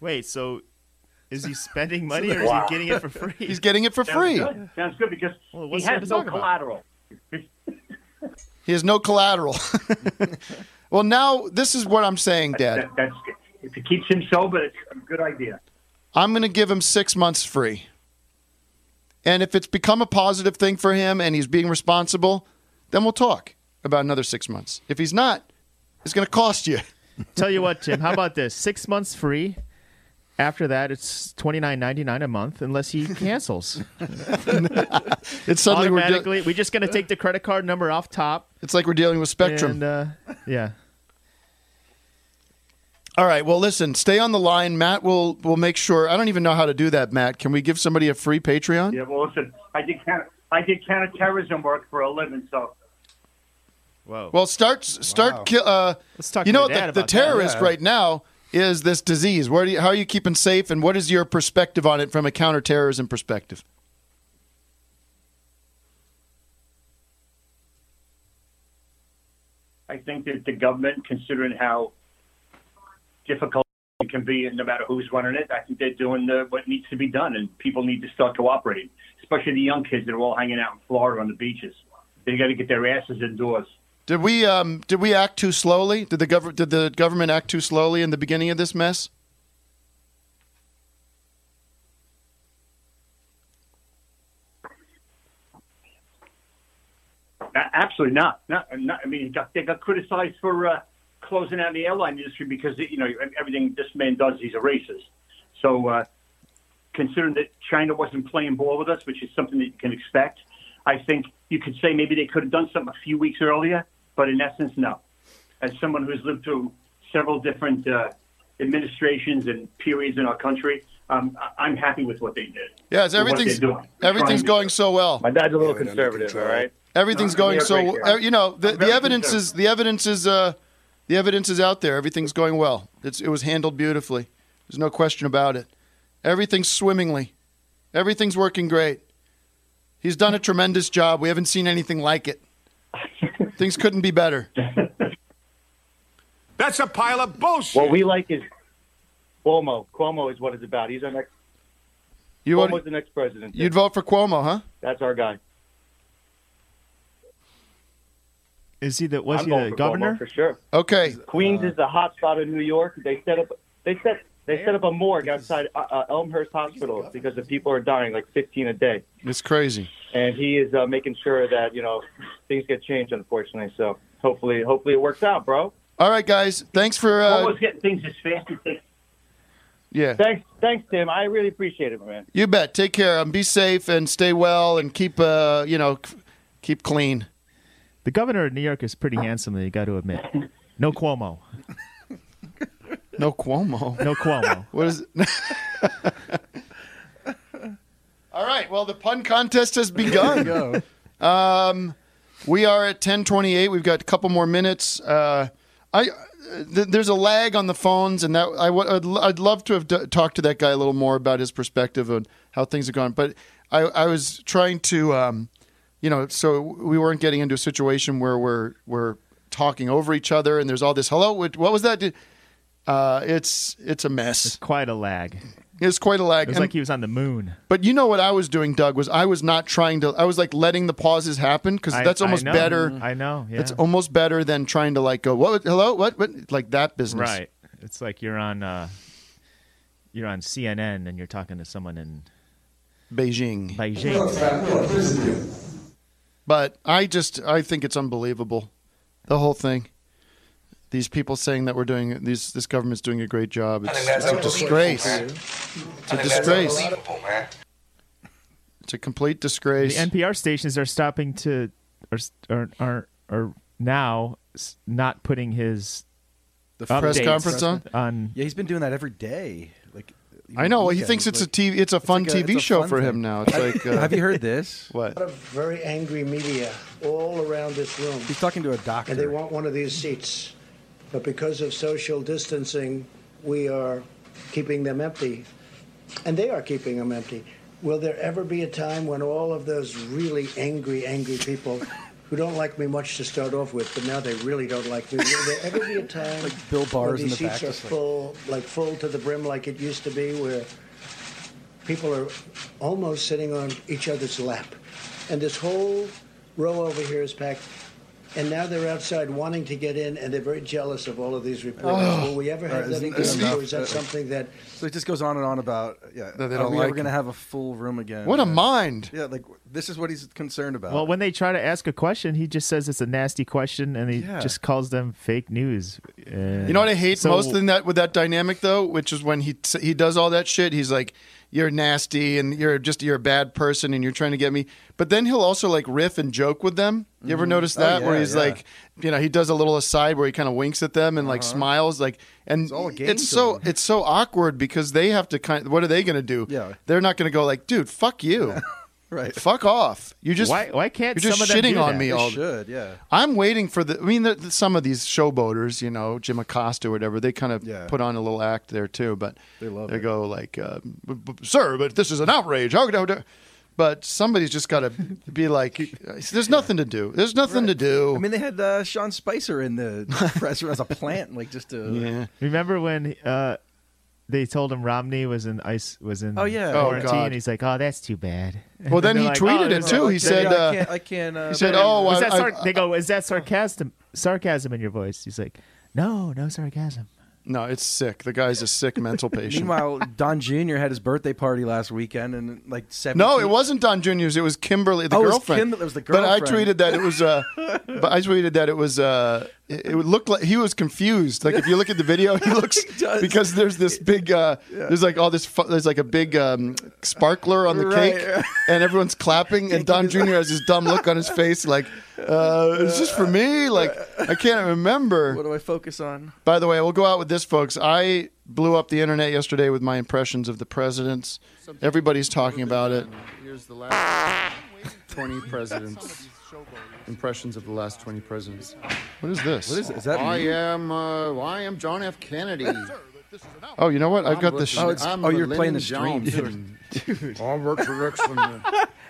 H: Wait, so is he spending money or is
Q: Wow.
H: he getting it for free?
C: He's getting it for
Q: Sounds
C: free.
Q: Good. Sounds good because he
H: what's there
Q: has
H: to
Q: no
H: talk about?
Q: collateral.
C: He has no collateral. well, now this is what I'm saying, Dad.
Q: That, that's if it keeps him sober, it's a good idea.
C: I'm going to give him six months free. And if it's become a positive thing for him and he's being responsible, then we'll talk about another six months. If he's not, it's going to cost you.
H: Tell you what, Tim. How about this? Six months free. After that, it's twenty nine ninety nine a month unless he cancels.
C: It's suddenly we're, de-
H: automatically. We're, just going to take the credit card number off top.
C: it's like we're dealing with Spectrum.
H: And, uh, yeah.
C: All right. Well, listen, stay on the line. Matt will will make sure. I don't even know how to do that, Matt. Can we give somebody a free Patreon?
Q: Yeah. Well, listen, I did counter, I did counterterrorism work for a living, so
H: Whoa.
C: Well, start start. Ki- uh,
H: Let's talk
C: You
H: to
C: know
H: your dad
C: the, the
H: about that.
C: terrorist
H: Yeah.
C: right now is this disease. Where do you, how are you keeping safe, and what is your perspective on it from a counterterrorism perspective?
Q: I think that the government, considering how difficult it can be, and no matter who's running it, I think they're doing the, what needs to be done, and people need to start cooperating, especially the young kids that are all hanging out in Florida on the beaches. They got to get their asses indoors.
C: Did we um, did we act too slowly? Did the gov- did the government act too slowly in the beginning of this mess?
Q: A- Absolutely not. Not, not I mean, he got, they got criticized for uh, closing down the airline industry because you know everything this man does, he's a racist. So, uh, considering that China wasn't playing ball with us, which is something that you can expect, I think you could say maybe they could have done something a few weeks earlier. But in essence, no. As someone who's lived through several different uh, administrations and periods in our country, um, I- I'm happy with what they did.
C: Yes,
Q: with what they're
C: everything's
Q: doing.
C: everything's going so well.
Q: My dad's a little conservative, all right.
C: Everything's
Q: No,
C: going
Q: we
C: so.
Q: appreciate it.
C: uh, You know the,
Q: I'm
C: the
Q: very
C: evidence is the evidence is uh, the evidence is out there. Everything's going well. It's it was handled beautifully. There's no question about it. Everything's swimmingly. Everything's working great. He's done a tremendous job. We haven't seen anything like it. Things couldn't be better.
Q: That's a pile of bullshit. What we like is Cuomo. Cuomo is what it's about. He's our next.
C: You
Q: Cuomo's
C: would,
Q: the next president.
C: you'd vote for Cuomo, huh?
Q: That's our guy.
H: Is he the was
Q: I'm
H: he
Q: going
H: the
Q: for Cuomo
H: governor?
Q: for sure.
C: Okay.
Q: Queens is the hot spot in New York. They set up. They set. They set up a morgue outside uh, uh, Elmhurst Hospital because the people are dying like 15 a day,
C: It's crazy.
Q: and he is uh, making sure that you know things get changed. Unfortunately, so hopefully, hopefully it works out, bro.
C: All right, guys. Thanks for. Uh,
Q: getting things as fast as they.
C: yeah.
Q: Thanks, thanks, Tim. I really appreciate it, man.
C: You bet. Take care. Um, be safe and stay well and keep uh, you know, c- keep clean.
H: The governor of New York is pretty handsome. You got to admit. No Cuomo.
C: No Cuomo.
H: No Cuomo.
C: What is? All right. Well, the pun contest has begun. um, We are at 10:28. We've got a couple more minutes. Uh, I th- there's a lag on the phones, and that I would I'd, I'd love to have d- talked to that guy a little more about his perspective on how things have gone. But I, I was trying to, um, you know, so we weren't getting into a situation where we're we're talking over each other, and there's all this hello. What, what was that? Did, uh, it's it's a mess. It's
H: quite a lag.
C: It's quite a lag.
H: It was
C: And-
H: like he was on the moon.
C: but you know what I was doing, Doug, was I was not trying to. I was like letting the pauses happen because
H: I-
C: that's
H: I
C: almost
H: know.
C: better.
H: I know, yeah.
C: It's almost better than trying to like go what hello what what like that business.
H: Right. It's like you're on uh, you're on CNN and you're talking to someone in
C: Beijing.
H: Beijing.
C: But I just I think it's unbelievable, the whole thing. These people saying that we're doing these this government's doing a great job. It's, it's a disgrace. It's a disgrace. It's a complete
H: the
C: disgrace.
H: NPR stations are stopping to are are are, are now s- not putting his
O: The
C: press
H: updates
C: conference on?
H: on
O: Yeah, he's been doing that every day. Like
C: I know. Well, he thinks it's a TV. It's a fun
O: like a-
C: TV
O: it's a
C: show
O: fun
C: for him
O: thing.
C: now. It's like. Uh,
O: Have you heard this?
C: What?
P: A very angry media all around this room.
O: He's talking to a doctor.
P: And they want one of these seats. But because of social distancing, we are keeping them empty. And they are keeping them empty. Will there ever be a time when all of those really angry, angry people who don't like me much to start off with, but now they really don't like me, will there ever be a time like
O: Bill
P: when
O: Barr's in
P: these
O: the back
P: seats are
O: just like-
P: full, like full to the brim like it used to be, where people are almost sitting on each other's lap. And this whole row over here is packed. And now they're outside wanting to get in, and they're very jealous of all of these reporters.
O: Oh.
P: Will we ever have
O: Uh,
P: that
O: isn't-
P: again,
O: isn't
P: or
O: that-
P: is that something that
O: So it just goes on and on about yeah.
C: That they
O: are
C: don't
O: we
C: like
O: ever going to
C: him.
O: have a full room again?
C: What a
O: Yeah.
C: mind.
O: Yeah, like this is what he's concerned about.
H: Well, when they try to ask a question, he just says it's a nasty question, and he
O: Yeah.
H: just calls them fake news.
C: You know what I hate most in that with that dynamic though, which is when he he does all that shit. He's like, "You're nasty and you're just you're a bad person and you're trying to get me." But then he'll also like riff and joke with them. You ever
O: Mhm.
C: notice
O: Oh,
C: that
O: yeah,
C: where he's
O: yeah.
C: like, you know, he does a little aside where he kind of winks at them and like smiles, like, and it's,
O: Uh-huh. all a game to
C: so it's so awkward because they have to kind. what are they going to do?
O: Yeah.
C: they're not going to go like, "Dude, fuck you."
O: Right.
C: Fuck off! You just
H: Why- why can't
C: you're just
H: some of them
C: shitting
H: do
C: on
H: that?
C: me
H: They
C: all
O: should, yeah.
C: I'm waiting for the. I mean, the, the- some of these showboaters, you know, Jim Acosta or whatever, they kind of
O: Yeah.
C: put on a little act there too. But
O: They love it.
C: go like, uh, b- b- "Sir, but this is an outrage." How could how could- But somebody's just got to be like, "There's nothing to do. There's nothing to do."
O: I mean, they had uh, Sean Spicer in the press room as a plant, like just to
H: Remember when uh, they told him Romney was in ice was in
O: Oh, yeah. Oh,
H: quarantine?
O: God.
H: and he's like, "Oh, that's too bad."
C: Well, then
H: They're
C: he
H: like,
C: tweeted
H: "Oh,
C: it
H: this
C: too.
H: is-
C: He said,
O: I
C: uh,
O: can't- I can't, uh,
C: he said,
O: bear
C: "Oh,
H: Was
C: I,
H: that sar-
C: I-
H: they go, "Is that sarcasm? Sarcasm in your voice?" He's like, "No, no sarcasm."
C: no, it's sick. The guy's a sick mental patient."
O: Meanwhile, Don Jr. had his birthday party last weekend, and like seven.
C: No, it wasn't Don Jr.'s. It was Kimberly, the
O: Oh, it was
C: girlfriend.
O: Kim- it was the
C: But I
O: girlfriend.
C: tweeted that it was. Uh, but I tweeted that it was. Uh, it, it would look like he was confused. Like if you look at the video, he looks because there's this big. Uh, There's like all this. Fu- there's like a big um, sparkler on the
O: Right,
C: cake,
O: yeah.
C: and everyone's clapping. and Don Jr. has this dumb look on his face, like uh, it's just for me. Like I can't remember.
O: What do I focus on?
C: By the way, we'll go out with this, folks. I blew up the internet yesterday with my impressions of the presidents. Everybody's talking about it. Here's the last 20 presidents. Impressions of the last 20 presidents. What is this?
D: What is it? Is that
C: I
D: me?
C: am. Uh, I am John F. Kennedy. Oh, you know what? I've got this.
D: Oh, it's-
C: I'm
D: oh, you're playing the
C: Lyndon
D: stream.
C: Johnson. I'm Richard Nixon.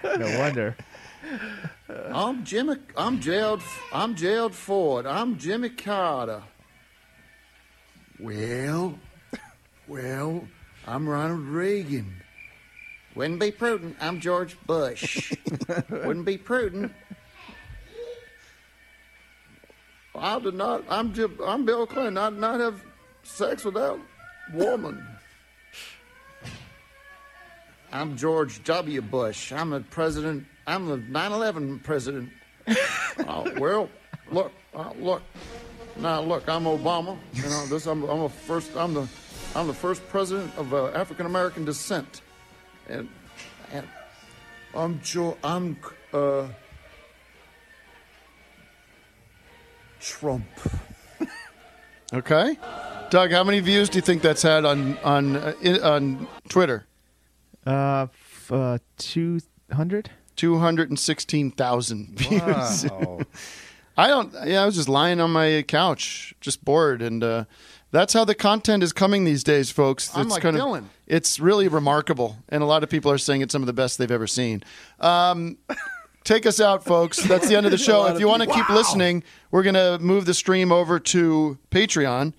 H: No wonder.
D: I'm Jimmy. I'm jailed. I'm jailed Ford. I'm Jimmy Carter. Well, well, I'm Ronald Reagan. Wouldn't be prudent. I'm George Bush. Wouldn't be prudent. I did not. I'm Jim, I'm Bill Clinton. I did not have sex with that woman. I'm George W. Bush. I'm a president. I'm the 9/11 president. Uh, well, look, uh, look. Now look, I'm Obama. You know, this I'm, I'm a first. I'm the I'm the first president of uh, African American descent, and and I'm Joe. I'm uh, Trump.
C: Okay, Doug. How many views do you think that's had on on uh, i- on Twitter?
H: Uh, f- uh two hundred.
C: Two hundred and sixteen thousand views.
O: Wow.
C: I don't. Yeah, I was just lying on my couch, just bored, and uh, that's how the content is coming these days, folks.
O: I'm
C: It's
O: like
C: kind
O: Dylan.
C: Of, it's really remarkable, and a lot of people are saying it's some of the best they've ever seen. Um, take us out, folks. That's the end of the
O: A
C: show.
O: lot
C: If
O: of
C: you want to
O: people-
C: keep
O: Wow.
C: listening, we're gonna move the stream over to Patreon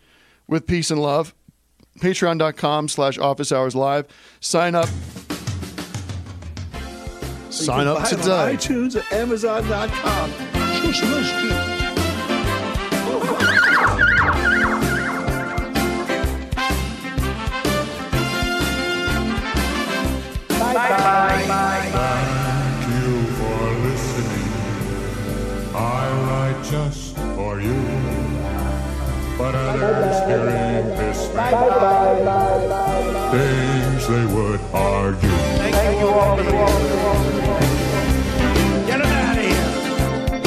C: with peace and love. Patreon.com/slash Office Hours Live. Sign up. Sign up
T: can buy it on
C: today.
T: iTunes at Amazon.com. Shush, shush, shush.
E: Thank you for listening. I write just for you. But others hearing this things they would argue. Thank you all. Get them out of here.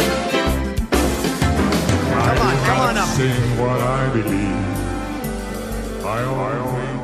E: Come on, come on up. Sing what I believe. I only